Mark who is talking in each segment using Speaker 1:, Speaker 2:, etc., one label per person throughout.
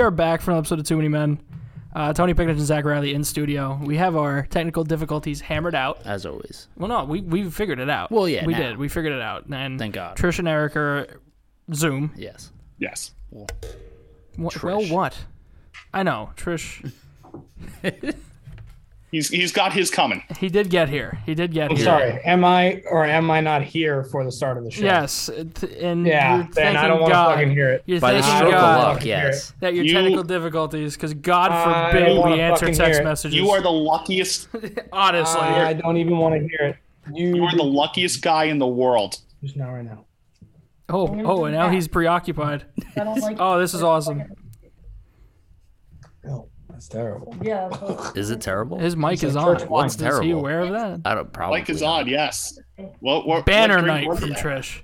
Speaker 1: are back from an episode of Too Many Men. Uh, Tony Pickett and Zach Riley in studio. We have our technical difficulties hammered out.
Speaker 2: as always.
Speaker 1: Well, no, we we figured it out.
Speaker 2: Uh, Well, yeah,
Speaker 1: we
Speaker 2: now.
Speaker 1: did. We figured it out. And
Speaker 2: Thank God.
Speaker 1: Trish and Eric are Zoom.
Speaker 2: Yes.
Speaker 3: Yes.
Speaker 1: Wh- Well,
Speaker 2: Trish.
Speaker 1: what? I know Trish.
Speaker 3: He's he's got his coming.
Speaker 1: He did get here. He did get here.
Speaker 4: Sorry, am I or am I not here for the start of the show?
Speaker 1: Yes, it- and
Speaker 4: Yeah,
Speaker 1: you're
Speaker 4: then I
Speaker 1: thanking
Speaker 4: don't want to
Speaker 1: God.
Speaker 4: fucking hear it.
Speaker 1: You're
Speaker 2: By the
Speaker 1: thanking
Speaker 2: stroke of
Speaker 1: God
Speaker 2: luck,
Speaker 4: Hear it.
Speaker 2: yes.
Speaker 1: that your
Speaker 3: You-
Speaker 1: technical difficulties, because God
Speaker 4: I
Speaker 1: forbid
Speaker 4: don't
Speaker 1: we
Speaker 4: wanna
Speaker 1: answer
Speaker 4: fucking
Speaker 1: text
Speaker 4: hear it.
Speaker 1: messages.
Speaker 3: You are the luckiest.
Speaker 1: honestly.
Speaker 4: I don't even want to hear it. You,
Speaker 3: You are the luckiest guy in the world.
Speaker 4: just not right now.
Speaker 1: oh, oh, and now he's preoccupied.
Speaker 5: I don't like.
Speaker 1: Oh, this is awesome.
Speaker 4: No, that's terrible.
Speaker 5: Yeah. but-
Speaker 2: Is it terrible?
Speaker 1: His mic is
Speaker 4: a
Speaker 1: on.
Speaker 4: church
Speaker 1: What's
Speaker 2: wine.
Speaker 1: Is he
Speaker 2: Terrible.
Speaker 1: aware of that?
Speaker 2: I don't probably.
Speaker 3: Mike is on. Yes. Well, we're,
Speaker 1: Banner
Speaker 3: what drink
Speaker 1: night
Speaker 3: was
Speaker 1: from
Speaker 3: it?
Speaker 1: Trish.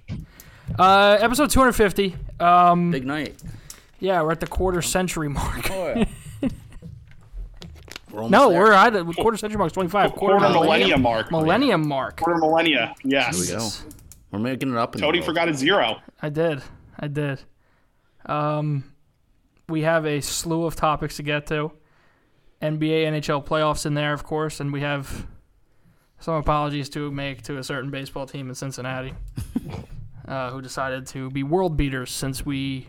Speaker 1: Uh, episode 250. Um,
Speaker 2: Big night.
Speaker 1: yeah, we're at the quarter century mark.
Speaker 2: We're almost
Speaker 1: No,
Speaker 2: there.
Speaker 1: we're at the quarter century mark. 25. Quarter,
Speaker 3: Quarter
Speaker 1: millennium,
Speaker 3: millennia mark.
Speaker 1: millennium mark.
Speaker 3: Quarter millennia. Yes.
Speaker 2: Here we go. We're making it up. In
Speaker 3: Cody
Speaker 2: the world.
Speaker 3: forgot a zero.
Speaker 1: I did. I did. Um, we have a slew of topics to get to. NBA, NHL playoffs in there, of course, and we have some apologies to make to a certain baseball team in Cincinnati, uh, who decided to be world beaters since we.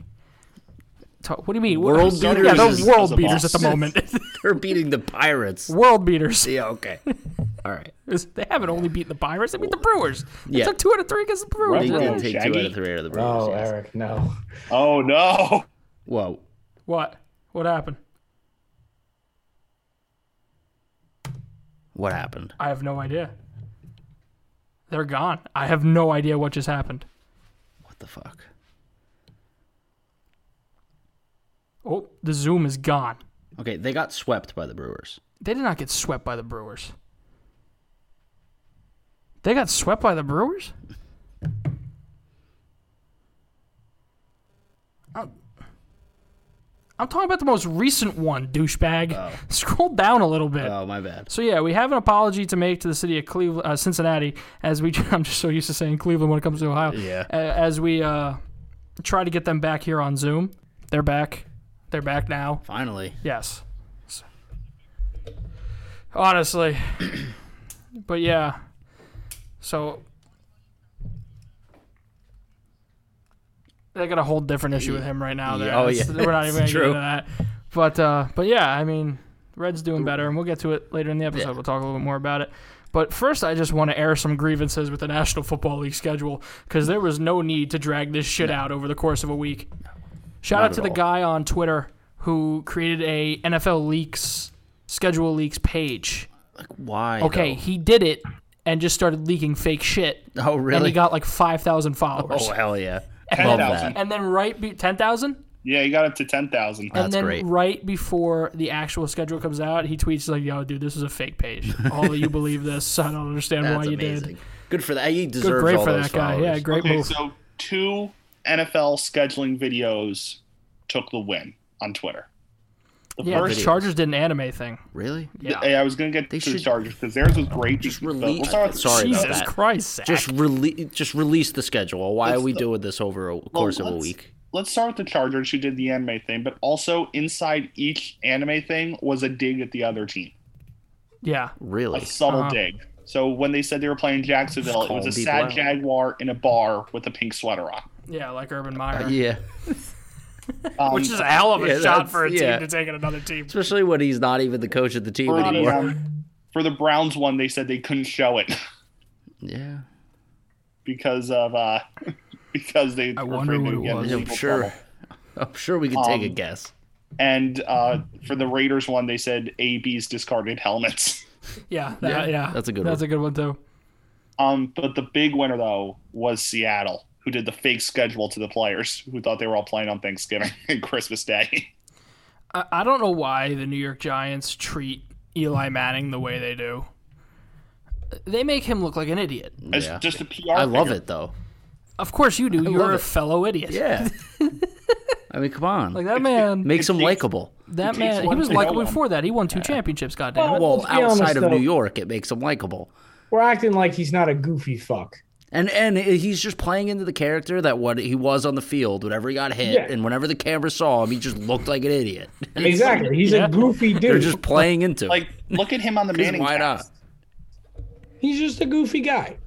Speaker 1: Ta- what do you mean
Speaker 2: World
Speaker 1: Yeah,
Speaker 2: beaters
Speaker 1: they're
Speaker 2: is-
Speaker 3: is
Speaker 1: world
Speaker 3: a
Speaker 1: beaters at
Speaker 3: boss.
Speaker 1: the moment.
Speaker 2: They're beating the Pirates.
Speaker 1: world beaters.
Speaker 2: Yeah. Okay. All right.
Speaker 1: They haven't only beaten the Pirates; they beat the Brewers. They
Speaker 2: Yeah.
Speaker 1: took two out of three against the Brewers.
Speaker 2: They
Speaker 3: Right.
Speaker 2: did
Speaker 3: Whoa,
Speaker 2: take two
Speaker 3: Shaggy.
Speaker 2: out of three out of the
Speaker 1: Oh,
Speaker 2: Brewers.
Speaker 4: No,
Speaker 2: yes.
Speaker 4: Eric, no.
Speaker 3: Oh no.
Speaker 2: Whoa.
Speaker 1: What? What happened?
Speaker 2: What happened?
Speaker 1: I have no idea. They're gone. I have no idea what just happened.
Speaker 2: What the fuck?
Speaker 1: Oh, the Zoom is gone.
Speaker 2: Okay, they got swept by the Brewers.
Speaker 1: They did not get swept by the Brewers. They got swept by the Brewers? I'm, I'm talking about the most recent one, douchebag. Scroll down a little bit.
Speaker 2: Oh, my bad.
Speaker 1: So yeah, we have an apology to make to the city of Cleveland, uh, Cincinnati, as we. I'm just so used to saying Cleveland when it comes to Ohio.
Speaker 2: Yeah.
Speaker 1: A- As we uh, try to get them back here on Zoom, they're back. They're back now.
Speaker 2: Finally.
Speaker 1: Yes. So- Honestly, but yeah. So they got a whole different issue with him right now. There.
Speaker 2: Oh,
Speaker 1: That's-
Speaker 2: yeah.
Speaker 1: We're not even gonna
Speaker 2: It's
Speaker 1: get into
Speaker 2: true.
Speaker 1: that. But uh, but yeah, I mean, Red's doing better, and we'll get to it later in the episode.
Speaker 2: Yeah.
Speaker 1: We'll talk a little bit more about it. But first, I just want to air some grievances with the National Football League schedule because there was no need to drag this shit out over the course of a week. Shout
Speaker 2: Not
Speaker 1: out to
Speaker 2: at
Speaker 1: the
Speaker 2: all.
Speaker 1: guy on Twitter who created a NFL leaks schedule leaks page.
Speaker 2: Why?
Speaker 1: Okay, he did it and just started leaking fake shit,
Speaker 2: though? Oh,
Speaker 1: and
Speaker 2: really?
Speaker 1: he got like five thousand followers.
Speaker 2: oh, hell yeah. Love
Speaker 3: 10,000.
Speaker 2: that.
Speaker 1: And then right be- ten thousand,
Speaker 3: Yeah, he got up to ten thousand.
Speaker 1: and
Speaker 2: That's
Speaker 1: then
Speaker 2: great.
Speaker 1: right before the actual schedule comes out, he tweets like, "Yo, dude, this is a fake page. All of you believe this. I don't understand
Speaker 2: That's
Speaker 1: why you
Speaker 2: amazing.
Speaker 1: did."
Speaker 2: Good for that. He deserves
Speaker 1: Good, great
Speaker 2: all
Speaker 1: for
Speaker 2: those
Speaker 1: that guy. Yeah,
Speaker 2: followers.
Speaker 1: great
Speaker 3: Okay,
Speaker 1: move.
Speaker 3: so two NFL scheduling videos took the win on Twitter. The
Speaker 1: yeah, the
Speaker 3: first,
Speaker 1: Chargers did an anime thing.
Speaker 2: Really?
Speaker 1: Yeah.
Speaker 3: Hey, I was gonna get
Speaker 2: They
Speaker 3: to the
Speaker 2: should-
Speaker 3: Chargers because theirs was great.
Speaker 2: Just
Speaker 3: but
Speaker 2: release-
Speaker 3: we'll start with-
Speaker 2: Sorry about
Speaker 1: Jesus
Speaker 2: that.
Speaker 1: Christ, Zach.
Speaker 2: Just release, just release the schedule. Why are
Speaker 3: Let's-
Speaker 2: we doing this over a course of a
Speaker 3: let's-
Speaker 2: week?
Speaker 3: Let's start with the Chargers who did the anime thing, but also inside each anime thing was a dig at the other team,
Speaker 1: yeah.
Speaker 2: Really?
Speaker 3: a subtle
Speaker 1: Uh-huh.
Speaker 3: dig. So when they said they were playing Jacksonville,
Speaker 2: Just
Speaker 3: it was
Speaker 2: calling
Speaker 3: a
Speaker 2: people
Speaker 3: sad
Speaker 2: out.
Speaker 3: jaguar in a bar with a pink sweater on.
Speaker 1: Yeah, like Urban Meyer.
Speaker 2: Uh, yeah.
Speaker 3: Um,
Speaker 1: Which is a hell of a
Speaker 2: Yeah,
Speaker 1: shot
Speaker 2: that's-
Speaker 1: for a team
Speaker 2: yeah.
Speaker 1: to take in another team.
Speaker 2: Especially when he's not even the coach of the team
Speaker 3: for the,
Speaker 2: anymore.
Speaker 3: um, for the Browns one, they said they couldn't show it
Speaker 2: Yeah.
Speaker 3: because of uh, because they
Speaker 1: I
Speaker 3: were
Speaker 1: wonder
Speaker 3: afraid
Speaker 1: what
Speaker 3: they
Speaker 1: it
Speaker 3: would get
Speaker 1: was.
Speaker 3: in legal
Speaker 2: I'm sure.
Speaker 3: trouble.
Speaker 2: I'm sure we can take a
Speaker 3: Um,
Speaker 2: guess.
Speaker 3: And uh, for the Raiders one, they said AB's discarded helmets.
Speaker 1: Yeah, that- yeah,
Speaker 2: that's a good
Speaker 1: That's a good one too.
Speaker 3: Um, but the big winner though was Seattle, who did the fake schedule to the players, who thought they were all playing on Thanksgiving and Christmas Day.
Speaker 1: I, I don't know why the New York Giants treat Eli Manning the way they do. They make him look like an idiot.
Speaker 3: It's
Speaker 2: Yeah.
Speaker 3: just a PR.
Speaker 2: I love
Speaker 3: figure.
Speaker 2: it though.
Speaker 1: Of course you do. You're
Speaker 2: love
Speaker 1: a
Speaker 2: it.
Speaker 1: fellow idiot.
Speaker 2: Yeah. I mean, come on.
Speaker 1: Like that man.
Speaker 2: Makes him
Speaker 3: takes-
Speaker 2: likable.
Speaker 1: that
Speaker 3: takes
Speaker 1: man. He
Speaker 3: one
Speaker 1: was
Speaker 3: to
Speaker 1: likable
Speaker 3: know him.
Speaker 1: before that. He won two championships. Goddamn it.
Speaker 2: Well,
Speaker 4: let's be honest,
Speaker 2: outside of
Speaker 4: though.
Speaker 2: New York, it makes him likable.
Speaker 4: We're acting like he's not a goofy fuck.
Speaker 2: And and he's just playing into the character that what he was on the field, whenever he got hit,
Speaker 4: Yeah.
Speaker 2: and whenever the camera saw him, he just looked like an idiot.
Speaker 4: Exactly. He's
Speaker 1: Yeah.
Speaker 4: a goofy dude.
Speaker 2: They're just playing into
Speaker 3: Like, look at him on the
Speaker 2: it.
Speaker 3: Manning
Speaker 2: Why not?
Speaker 3: cast.
Speaker 4: He's just a goofy guy.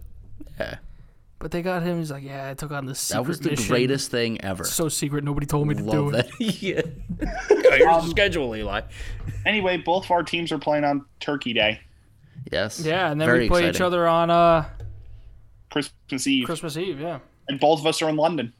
Speaker 1: But they got him. He's like, yeah, I took on this secret
Speaker 2: That was the
Speaker 1: mission.
Speaker 2: greatest thing ever.
Speaker 1: So secret, nobody told me to do
Speaker 2: Love
Speaker 1: it. Um,
Speaker 2: that. yeah. Here's the schedule, Eli.
Speaker 3: Anyway, both of our teams are playing on Turkey Day,
Speaker 2: Yes.
Speaker 1: Yeah, and then
Speaker 2: Very
Speaker 1: we play each
Speaker 2: exciting.
Speaker 1: other on uh,
Speaker 3: Christmas Eve,
Speaker 1: Christmas Eve. Yeah,
Speaker 3: and both of us are in London.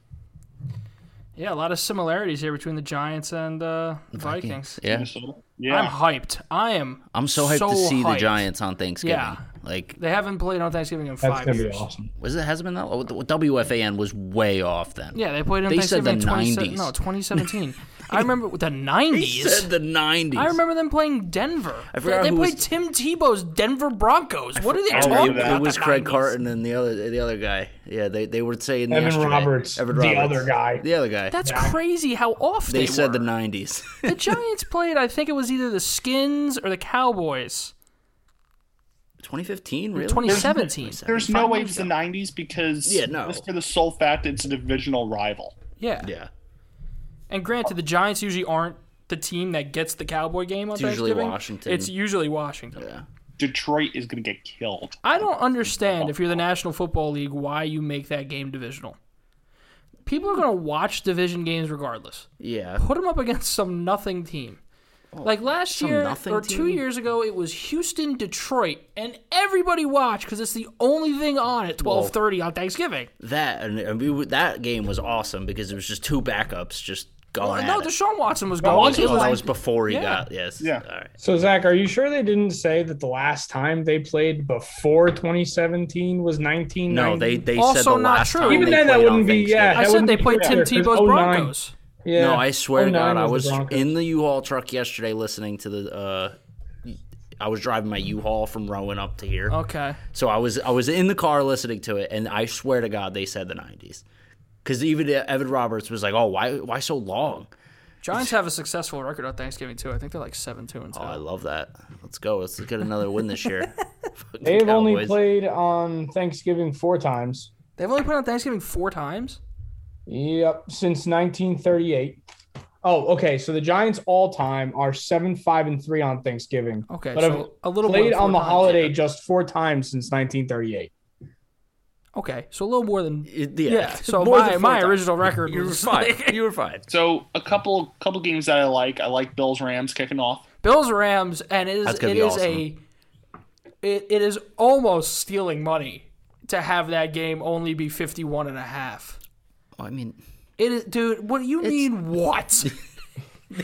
Speaker 1: yeah, a lot of similarities here between the Giants and uh, Vikings.
Speaker 2: Yeah.
Speaker 3: Minnesota.
Speaker 1: I'm
Speaker 3: Yeah,
Speaker 1: hyped. I am.
Speaker 2: I'm so hyped
Speaker 1: So
Speaker 2: to see the
Speaker 1: hyped.
Speaker 2: Giants on Thanksgiving.
Speaker 1: Yeah.
Speaker 2: Like,
Speaker 1: They haven't played on Thanksgiving in
Speaker 4: That's
Speaker 1: five
Speaker 4: gonna be
Speaker 1: years.
Speaker 4: awesome.
Speaker 2: was it hasn't been that long? Oh, the WFAN was way off then.
Speaker 1: Yeah, they played on
Speaker 2: They said
Speaker 1: Thanksgiving
Speaker 2: the
Speaker 1: in 20,
Speaker 2: 90s.
Speaker 1: no 2017. I remember the
Speaker 2: He
Speaker 1: 90s.
Speaker 2: said the 90s.
Speaker 1: I remember them playing Denver.
Speaker 2: I
Speaker 1: they
Speaker 2: forgot
Speaker 1: they
Speaker 2: who was-
Speaker 1: played Tim Tebow's Denver Broncos. What are they
Speaker 3: I
Speaker 1: talking
Speaker 3: remember
Speaker 1: about?
Speaker 3: that.
Speaker 2: It was
Speaker 1: the
Speaker 2: Craig
Speaker 1: 90s?
Speaker 2: Carton and the other the other guy. Yeah, they, they were saying
Speaker 4: Evan
Speaker 2: yesterday.
Speaker 4: Roberts,
Speaker 2: Evan
Speaker 4: the
Speaker 2: Roberts.
Speaker 4: other guy.
Speaker 2: The other guy.
Speaker 1: That's crazy how off
Speaker 2: they,
Speaker 1: they,
Speaker 2: said
Speaker 1: were.
Speaker 2: the 90s.
Speaker 1: The Giants played. I think it was either the Skins or the Cowboys.
Speaker 2: 2015, really?
Speaker 1: 2017.
Speaker 3: there's no way it's the '90s because
Speaker 2: Yeah, no.
Speaker 3: just for the sole fact it's a divisional rival.
Speaker 1: Yeah.
Speaker 2: Yeah.
Speaker 1: And granted, the Giants usually aren't the team that gets the Cowboy game on
Speaker 2: It's usually
Speaker 1: Thanksgiving.
Speaker 2: Washington.
Speaker 1: It's usually Washington.
Speaker 2: Yeah.
Speaker 3: Detroit is going to get killed.
Speaker 1: I don't understand if you're the National Football League why you make that game divisional. People are going to watch division games regardless.
Speaker 2: Yeah.
Speaker 1: Put them up against some nothing team. Like last
Speaker 2: Oh, some
Speaker 1: year
Speaker 2: nothing
Speaker 1: or two
Speaker 2: team?
Speaker 1: years ago, it was Houston, Detroit, and everybody watched because it's the only thing on at twelve thirty on Thanksgiving.
Speaker 2: That and, and we, would- that game was awesome because it was just two backups just going
Speaker 1: Well,
Speaker 2: at
Speaker 1: no,
Speaker 2: it.
Speaker 1: Deshaun Watson was
Speaker 2: Oh,
Speaker 1: going.
Speaker 2: that was,
Speaker 1: It was-
Speaker 2: before he
Speaker 1: Yeah.
Speaker 2: got yes.
Speaker 3: Yeah.
Speaker 2: All right.
Speaker 4: So Zach, are you sure they didn't say that the last time they played before 2017 was 1990?
Speaker 2: No, they they
Speaker 1: Also
Speaker 2: said the
Speaker 1: not
Speaker 2: last
Speaker 1: true.
Speaker 2: time
Speaker 1: Even
Speaker 2: they
Speaker 4: then, that
Speaker 2: played on
Speaker 4: wouldn't be- yeah,
Speaker 1: I
Speaker 2: Thanksgiving.
Speaker 4: that
Speaker 1: said
Speaker 4: wouldn't
Speaker 1: they
Speaker 4: be
Speaker 1: played
Speaker 4: fair,
Speaker 1: Tim
Speaker 4: 'cause
Speaker 1: Tebow's
Speaker 4: 09
Speaker 1: Broncos.
Speaker 4: Yeah.
Speaker 2: No, I swear to
Speaker 4: 09
Speaker 2: God, I
Speaker 4: the
Speaker 2: was
Speaker 4: Broncos.
Speaker 2: in the U-Haul truck yesterday listening to the. Uh, I was driving my U-Haul from Rowan up to here,
Speaker 1: Okay.
Speaker 2: so I was I was in the car listening to it, and I swear to God, they said the '90s, because even E, Evan Roberts was like, "Oh, why why so long?"
Speaker 1: Giants have a successful record on Thanksgiving too. I think they're like seven two and two.
Speaker 2: Oh, I love that. Let's go. Let's get another win this year. Fucking
Speaker 4: They've only
Speaker 2: Cowboys.
Speaker 4: played on Thanksgiving four times.
Speaker 1: They've only played on Thanksgiving four times.
Speaker 4: Yep, since 1938. Oh, okay. So the Giants all time are seven, five, and three on Thanksgiving.
Speaker 1: Okay,
Speaker 4: but
Speaker 1: so
Speaker 4: have
Speaker 1: a little more
Speaker 4: played
Speaker 1: than
Speaker 4: on the
Speaker 1: four times.
Speaker 4: holiday just four times since 1938.
Speaker 1: Okay, so a little more than
Speaker 2: It-
Speaker 1: yeah.
Speaker 2: yeah.
Speaker 1: so
Speaker 2: More
Speaker 1: my
Speaker 2: than
Speaker 1: my
Speaker 2: four times.
Speaker 1: original record
Speaker 2: You were
Speaker 1: was
Speaker 2: fine.
Speaker 1: like-
Speaker 2: you were fine.
Speaker 3: So a couple couple games that I like. I like Bills Rams kicking off.
Speaker 1: Bills Rams, and it is
Speaker 2: That's gonna
Speaker 1: it
Speaker 2: be
Speaker 1: is a it, it is almost stealing money to have that game only be 51 and a half.
Speaker 2: Oh, I mean,
Speaker 1: It is, dude. What do you mean? What?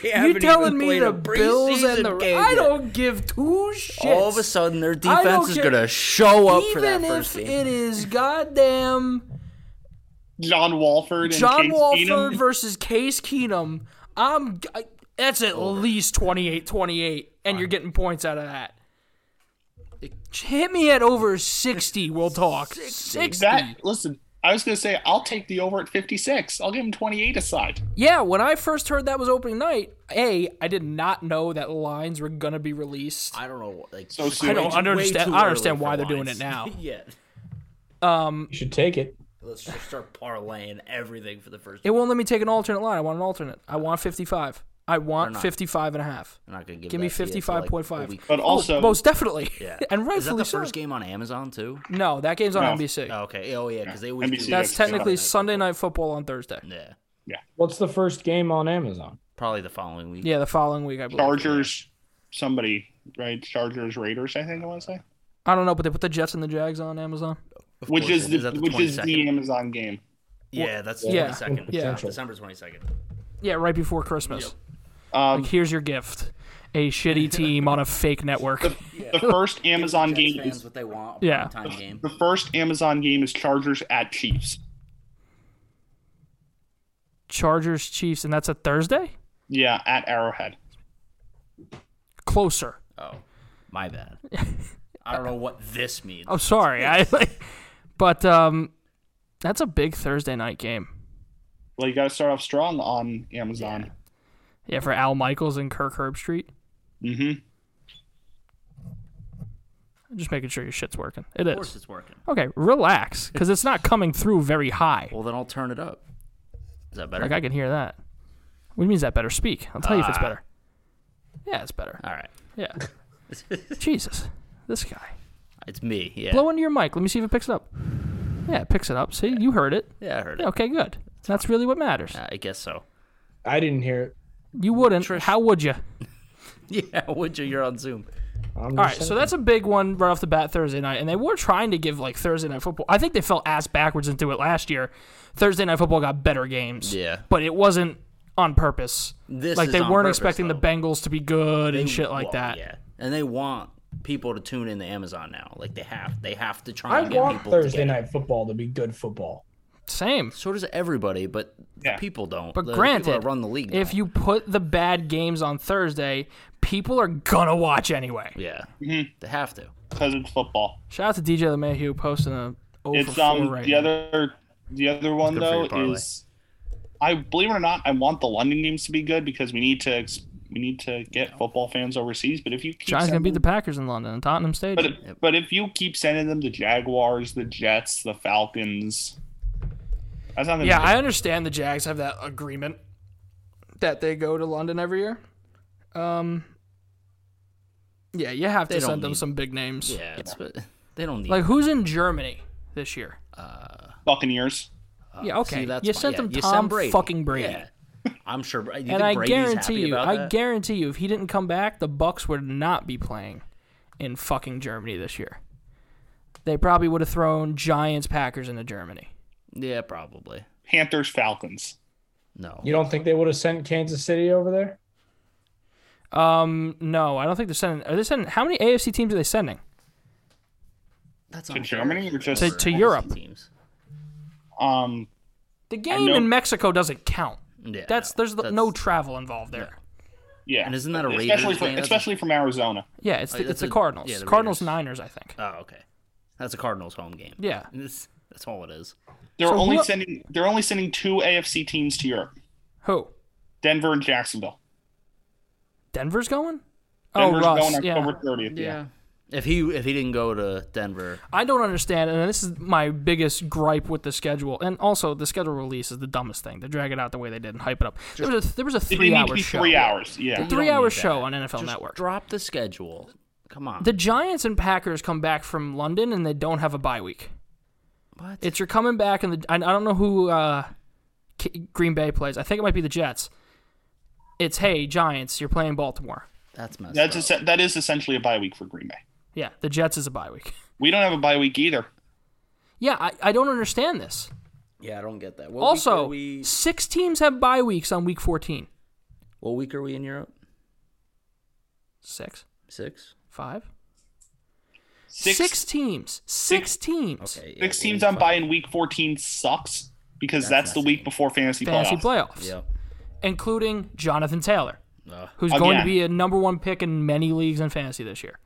Speaker 1: You telling me the Bills and the I don't give two shits.
Speaker 2: All of a sudden, their defense is
Speaker 1: care.
Speaker 2: gonna show up for that
Speaker 1: even
Speaker 2: first
Speaker 1: if
Speaker 2: game.
Speaker 1: it is goddamn.
Speaker 3: John Walford and
Speaker 1: John
Speaker 3: Case
Speaker 1: Walford
Speaker 3: Keenum.
Speaker 1: versus Case Keenum. I'm I, that's at least 28-28 and you're getting points out of that. Hit me at over 60, we'll talk. 60.
Speaker 3: That listen, I was gonna say I'll take the over at fifty six. I'll give him twenty eight aside.
Speaker 1: Yeah, when I first heard that was opening night, A, I did not know that lines were going to be released.
Speaker 2: I don't know. Like,
Speaker 3: So
Speaker 2: it's
Speaker 3: soon.
Speaker 2: way
Speaker 3: I don't
Speaker 2: too-
Speaker 1: understand-
Speaker 2: way too
Speaker 1: I understand
Speaker 2: early
Speaker 1: why
Speaker 2: for
Speaker 1: they're doing
Speaker 2: lines.
Speaker 1: it now.
Speaker 2: yeah.
Speaker 1: Um,
Speaker 4: You should take it.
Speaker 2: Let's just start parlaying everything for the first.
Speaker 1: It won't let me take an alternate line. I want an alternate. I want 55. I want
Speaker 2: not.
Speaker 1: 55 and a half.
Speaker 2: I'm not gonna give.
Speaker 1: Give me
Speaker 2: that to you till, like,
Speaker 1: 55.5.
Speaker 2: a week.
Speaker 3: But also,
Speaker 1: oh, most definitely.
Speaker 2: Yeah.
Speaker 1: and rightfully
Speaker 2: Is that the
Speaker 1: so.
Speaker 2: first game on Amazon too?
Speaker 1: No, that game's on
Speaker 3: No.
Speaker 1: NBC.
Speaker 2: Oh, okay. Oh yeah, because they always.
Speaker 3: NBC
Speaker 2: do
Speaker 1: That's
Speaker 3: Yeah,
Speaker 1: technically
Speaker 3: Night
Speaker 1: Sunday night football on Thursday.
Speaker 2: Yeah.
Speaker 4: What's the first game on Amazon?
Speaker 2: Probably the following week.
Speaker 1: Yeah, the following week, I believe.
Speaker 3: Chargers, somebody right? Chargers Raiders, I think I want to say,
Speaker 1: I don't know, but they put the Jets and the Jags on Amazon.
Speaker 2: Of
Speaker 3: which
Speaker 2: course
Speaker 3: is
Speaker 2: it
Speaker 3: the,
Speaker 2: At
Speaker 3: which is
Speaker 2: 22nd?
Speaker 3: the Amazon game.
Speaker 2: Yeah, that's the
Speaker 1: Yeah.
Speaker 2: 22nd.
Speaker 1: Yeah.
Speaker 2: December 22nd.
Speaker 1: Yeah, right before Christmas.
Speaker 3: Um,
Speaker 1: Like, here's your gift a shitty team on a fake network.
Speaker 3: The first Amazon
Speaker 2: Jets
Speaker 3: game
Speaker 2: fans
Speaker 3: is
Speaker 2: what they want.
Speaker 1: Yeah.
Speaker 2: Time game.
Speaker 3: the first Amazon game is Chargers at Chiefs.
Speaker 1: Chargers, Chiefs, and that's a Thursday?
Speaker 3: Yeah, at Arrowhead.
Speaker 1: Closer.
Speaker 2: Oh, my bad. I don't know what this means.
Speaker 1: I'm Oh, sorry. I like, But um, that's a big Thursday night game.
Speaker 3: Well, you got to start off strong on Amazon.
Speaker 1: Yeah, for Mm-hmm. Al Michaels and Kirk Herbstreit.
Speaker 3: Mm-hmm.
Speaker 1: just making sure your shit's working. It
Speaker 2: Of course
Speaker 1: is.
Speaker 2: it's working.
Speaker 1: Okay, relax, because it's not coming through very high.
Speaker 2: Well, then I'll turn it up. Is that better?
Speaker 1: Like I can hear that. What do you mean is that better? Speak. I'll tell you if it's
Speaker 2: Ah.
Speaker 1: better. Yeah, it's better.
Speaker 2: All right.
Speaker 1: Yeah. Jesus, this guy.
Speaker 2: It's me. Yeah.
Speaker 1: Blow into your mic. Let me see if it picks it up. Yeah, it picks it up. See, you heard it.
Speaker 2: Yeah, I heard it.
Speaker 1: Okay, good. That's really what matters.
Speaker 2: Uh, I guess so.
Speaker 4: I didn't hear it.
Speaker 1: You wouldn't.
Speaker 2: Trish-
Speaker 1: How would you?
Speaker 2: Yeah, would you? You're on Zoom.
Speaker 4: I'm
Speaker 1: All
Speaker 4: just
Speaker 1: right, so that's a big one right off the bat Thursday night, and they were trying to give like Thursday night football. I think they fell ass backwards into it last year. Thursday night football got better games,
Speaker 2: Yeah.
Speaker 1: but it wasn't on purpose.
Speaker 2: This
Speaker 1: like
Speaker 2: is
Speaker 1: they
Speaker 2: on
Speaker 1: weren't
Speaker 2: purpose,
Speaker 1: expecting
Speaker 2: though.
Speaker 1: the Bengals to be good and shit like
Speaker 2: Well,
Speaker 1: that.
Speaker 2: Yeah, and they want people to tune in to Amazon now. Like they have, they have to try
Speaker 4: I
Speaker 2: and get
Speaker 4: want
Speaker 2: people to
Speaker 4: Thursday
Speaker 2: get it.
Speaker 4: night football to be good football.
Speaker 1: Same.
Speaker 2: So does everybody, but the
Speaker 3: Yeah.
Speaker 2: people don't.
Speaker 1: But
Speaker 2: The people
Speaker 1: granted,
Speaker 2: that run the league.
Speaker 1: if
Speaker 2: don't.
Speaker 1: you put the bad games on Thursday, people are gonna watch anyway.
Speaker 2: yeah, they have to.
Speaker 3: because it's football.
Speaker 1: Shout out to DJ LeMahieu posting a over
Speaker 3: it's
Speaker 1: four
Speaker 3: um
Speaker 1: right
Speaker 3: the
Speaker 1: now.
Speaker 3: other the other one
Speaker 2: Good for
Speaker 3: though
Speaker 2: your parlay.
Speaker 3: is I believe it or not, I want the London games to be good because we need to ex- we need to get football fans overseas. But if you keep
Speaker 1: Giants gonna
Speaker 3: sending,
Speaker 1: beat the Packers in London, Tottenham
Speaker 3: but
Speaker 1: Stadium.
Speaker 3: if, but if you keep sending them the Jaguars, the Jets, the Falcons, that's not gonna
Speaker 1: Yeah,
Speaker 3: be
Speaker 1: I understand the Jags have that agreement that they go to London every year. Um, yeah, you have
Speaker 2: They
Speaker 1: to
Speaker 2: don't
Speaker 1: send them
Speaker 2: need-
Speaker 1: some big names.
Speaker 2: Yeah, it's, but they don't need.
Speaker 1: Like who's in Germany this year?
Speaker 3: Buccaneers.
Speaker 1: yeah, okay.
Speaker 2: Uh, See, that's
Speaker 1: you
Speaker 2: fine.
Speaker 1: sent
Speaker 2: Yeah,
Speaker 1: them
Speaker 2: you
Speaker 1: Tom
Speaker 2: send Brady.
Speaker 1: fucking Brady.
Speaker 2: Yeah. I'm sure. Bra- You
Speaker 1: And
Speaker 2: think
Speaker 1: I
Speaker 2: Brady's happy
Speaker 1: guarantee you,
Speaker 2: about
Speaker 1: I
Speaker 2: that?
Speaker 1: guarantee you, if he didn't come back, the Bucks would not be playing in fucking Germany this year. They probably would have thrown Giants Packers into Germany.
Speaker 2: yeah, probably.
Speaker 3: Panthers, Falcons.
Speaker 2: No.
Speaker 4: You don't think they would have sent Kansas City over there?
Speaker 1: Um, no, I don't think they're sending. Are they sending? How many AFC teams are they sending?
Speaker 2: That's
Speaker 3: To Germany or just
Speaker 1: To- to Europe.
Speaker 2: Teams.
Speaker 3: um
Speaker 1: The game
Speaker 3: know-
Speaker 1: in Mexico doesn't count.
Speaker 2: Yeah,
Speaker 1: That's
Speaker 2: no,
Speaker 1: there's
Speaker 2: that's-
Speaker 1: no travel involved there.
Speaker 3: yeah.
Speaker 2: And isn't that a Raiders
Speaker 3: especially
Speaker 2: thing?
Speaker 3: from,
Speaker 2: That's a-
Speaker 3: especially from Arizona?
Speaker 1: Yeah, it's the,
Speaker 2: Like,
Speaker 1: it's
Speaker 2: Oh, that's
Speaker 1: the
Speaker 2: a-
Speaker 1: Cardinals.
Speaker 2: yeah, the
Speaker 1: Cardinals
Speaker 2: Raiders.
Speaker 1: Niners, I think.
Speaker 2: Oh, okay. That's a Cardinals home game.
Speaker 1: Yeah.
Speaker 2: It's- that's all it is.
Speaker 3: They're
Speaker 1: So
Speaker 3: only
Speaker 1: who-
Speaker 3: sending they're only sending two AFC teams to Europe:
Speaker 1: Who?
Speaker 3: Denver and Jacksonville.
Speaker 1: Denver's going?
Speaker 3: Denver's
Speaker 1: oh, Russ.
Speaker 3: going
Speaker 1: yeah.
Speaker 3: October thirtieth. yeah.
Speaker 2: If he if he didn't go to Denver,
Speaker 1: I don't understand, and this is my biggest gripe with the schedule. And also, the schedule release is the dumbest thing. They drag it out the way they did and hype it up. There was a, there was a
Speaker 3: It needs to
Speaker 1: three-hour
Speaker 3: be
Speaker 1: show.
Speaker 3: three hours. Yeah.
Speaker 2: You don't
Speaker 1: Three-hour
Speaker 2: need
Speaker 1: show on
Speaker 2: that.
Speaker 1: NFL
Speaker 2: just
Speaker 1: Network.
Speaker 2: drop the schedule. Come on.
Speaker 1: The Giants and Packers come back from London, and they don't have a bye week.
Speaker 2: what?
Speaker 1: It's you're coming back, and the I, I don't know who uh, K- Green Bay plays. I think it might be the Jets. It's hey Giants, you're playing Baltimore.
Speaker 2: that's messed
Speaker 3: That's
Speaker 2: up.
Speaker 3: a, that is essentially a bye week for Green Bay.
Speaker 1: Yeah, the Jets is a bye week.
Speaker 3: We don't have a bye week either.
Speaker 1: Yeah, I, I don't understand this.
Speaker 2: yeah, I don't get that. What
Speaker 1: also,
Speaker 2: week are we,
Speaker 1: six teams have bye weeks on week 14.
Speaker 2: what week are we in Europe?
Speaker 1: Six?
Speaker 2: Six.
Speaker 1: Five?
Speaker 3: Six six,
Speaker 1: Six teams. Six, teams.
Speaker 2: Okay. yeah,
Speaker 3: six
Speaker 2: we're
Speaker 3: teams
Speaker 2: in
Speaker 3: on bye in week fourteen sucks because that's, the week before fantasy,
Speaker 1: Fantasy
Speaker 3: playoffs.
Speaker 1: playoffs,
Speaker 2: five. Yep.
Speaker 1: including Jonathan Taylor,
Speaker 2: Ugh.
Speaker 1: who's going to
Speaker 3: Again.
Speaker 1: be a number one pick in many leagues in fantasy this year.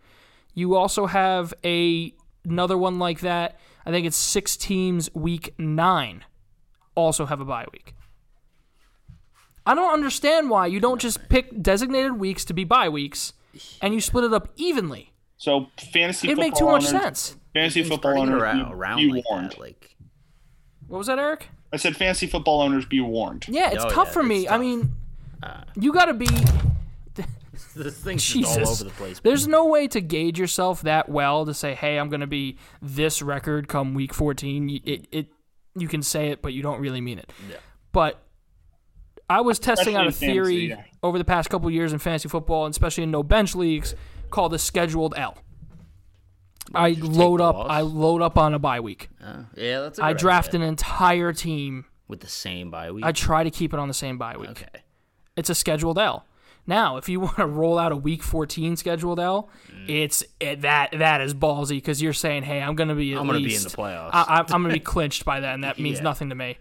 Speaker 1: You also have a another one like that. I think it's six teams. Week nine also have a bye week. I don't understand why you don't just pick designated weeks to be bye weeks, and you split it up evenly.
Speaker 3: So fantasy
Speaker 1: It'd
Speaker 3: football
Speaker 1: make too much
Speaker 3: owners-
Speaker 1: sense.
Speaker 3: Fantasy
Speaker 2: It's
Speaker 3: football
Speaker 2: spreading
Speaker 3: owners,
Speaker 2: around,
Speaker 3: be,
Speaker 2: around
Speaker 3: be
Speaker 2: like
Speaker 3: warned.
Speaker 2: that. Like
Speaker 1: What was that, Eric?
Speaker 3: I said fantasy football owners be warned.
Speaker 1: Yeah, it's
Speaker 2: Oh,
Speaker 1: tough
Speaker 2: yeah,
Speaker 1: for me.
Speaker 2: it's
Speaker 1: I
Speaker 2: tough. Uh.
Speaker 1: mean, you got to be.
Speaker 2: this thing's just all
Speaker 1: Jesus.
Speaker 2: over the place.
Speaker 1: There's no way to gauge yourself that well to say, "Hey, I'm going to be this record come week 14." Y- It, it you can say it, but you don't really mean it. But I was testing out a
Speaker 3: Especially in fantasy,
Speaker 1: theory
Speaker 3: yeah.
Speaker 1: over the past couple years in fantasy football, and especially in no bench leagues, called the scheduled L. I load
Speaker 2: the
Speaker 1: up.
Speaker 2: loss?
Speaker 1: I load up on a bye week.
Speaker 2: Uh, yeah, that's. A
Speaker 1: I
Speaker 2: good
Speaker 1: draft
Speaker 2: idea.
Speaker 1: an entire team.
Speaker 2: with the same bye week.
Speaker 1: I try to keep it on the same bye week.
Speaker 2: okay.
Speaker 1: it's a scheduled L. Now, if you want to roll out a week 14 scheduled L,
Speaker 2: Mm.
Speaker 1: it's it, that that is ballsy because you're saying, "Hey, I'm going to be at
Speaker 2: I'm
Speaker 1: going
Speaker 2: gonna
Speaker 1: to
Speaker 2: be in the playoffs.
Speaker 1: I, I'm going to be clinched by that, and that means
Speaker 2: Yeah.
Speaker 1: nothing to me."